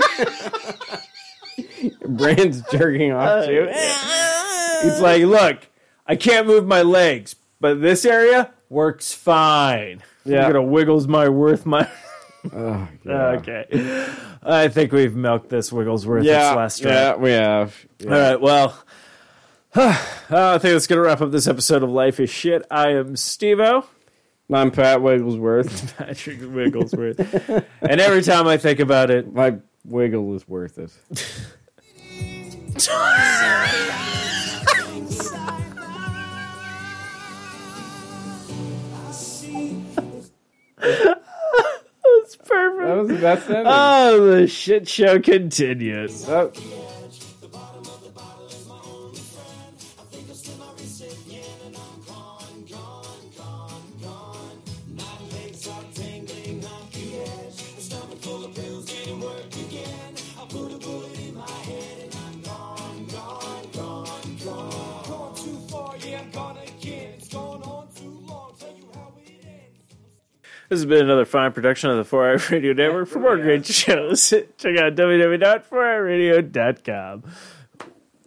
[SPEAKER 2] [laughs]
[SPEAKER 3] Bram's jerking
[SPEAKER 2] Uh,
[SPEAKER 3] off too.
[SPEAKER 2] he's like look i can't move my legs but this area works fine
[SPEAKER 3] Yeah.
[SPEAKER 2] i'm gonna wiggles my worth my [laughs]
[SPEAKER 3] Oh, yeah.
[SPEAKER 2] Uh, Okay. I think we've milked this Wigglesworth.
[SPEAKER 3] yeah,
[SPEAKER 2] it's last
[SPEAKER 3] yeah, we have. Yeah.
[SPEAKER 2] All right. Well, [sighs] I think that's going to wrap up this episode of Life is Shit. I am Steve [laughs] O.
[SPEAKER 3] I'm Pat Wigglesworth.
[SPEAKER 2] Patrick [laughs] Wigglesworth. and every time I think about it,
[SPEAKER 3] [laughs] My wiggle is worth it.
[SPEAKER 2] it's perfect.
[SPEAKER 3] That was the best ending.
[SPEAKER 2] Oh, the shit show continues.
[SPEAKER 3] Oh.
[SPEAKER 4] Gone too far, yeah, I'm gone again. It's gone on too long. Tell you how it ends.
[SPEAKER 2] This has been another fine production of the 4 Hour Radio Network. For more great shows, [laughs] check out www.4hourradio.com.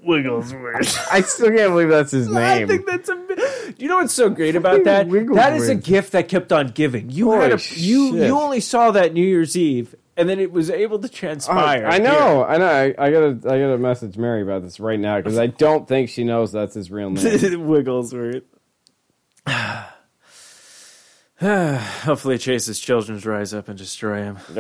[SPEAKER 2] Wigglesworth.
[SPEAKER 3] I still can't believe that's his
[SPEAKER 2] [laughs] I
[SPEAKER 3] name.
[SPEAKER 2] think that's a. Do you know what's so great about that?
[SPEAKER 3] Wigglesworth.
[SPEAKER 2] That is a gift that kept on giving. You
[SPEAKER 3] Holy
[SPEAKER 2] had a, you
[SPEAKER 3] shit.
[SPEAKER 2] you only saw that New Year's Eve, and then it was able to
[SPEAKER 3] Oh,
[SPEAKER 2] transpire.
[SPEAKER 3] I know, I know. I, I gotta, I gotta message Mary about this right now because I don't think she knows that's his
[SPEAKER 2] [laughs]
[SPEAKER 3] real name.
[SPEAKER 2] here. [sighs] Wigglesworth. Hopefully, Chase's children rise up and destroy him.
[SPEAKER 3] Yeah.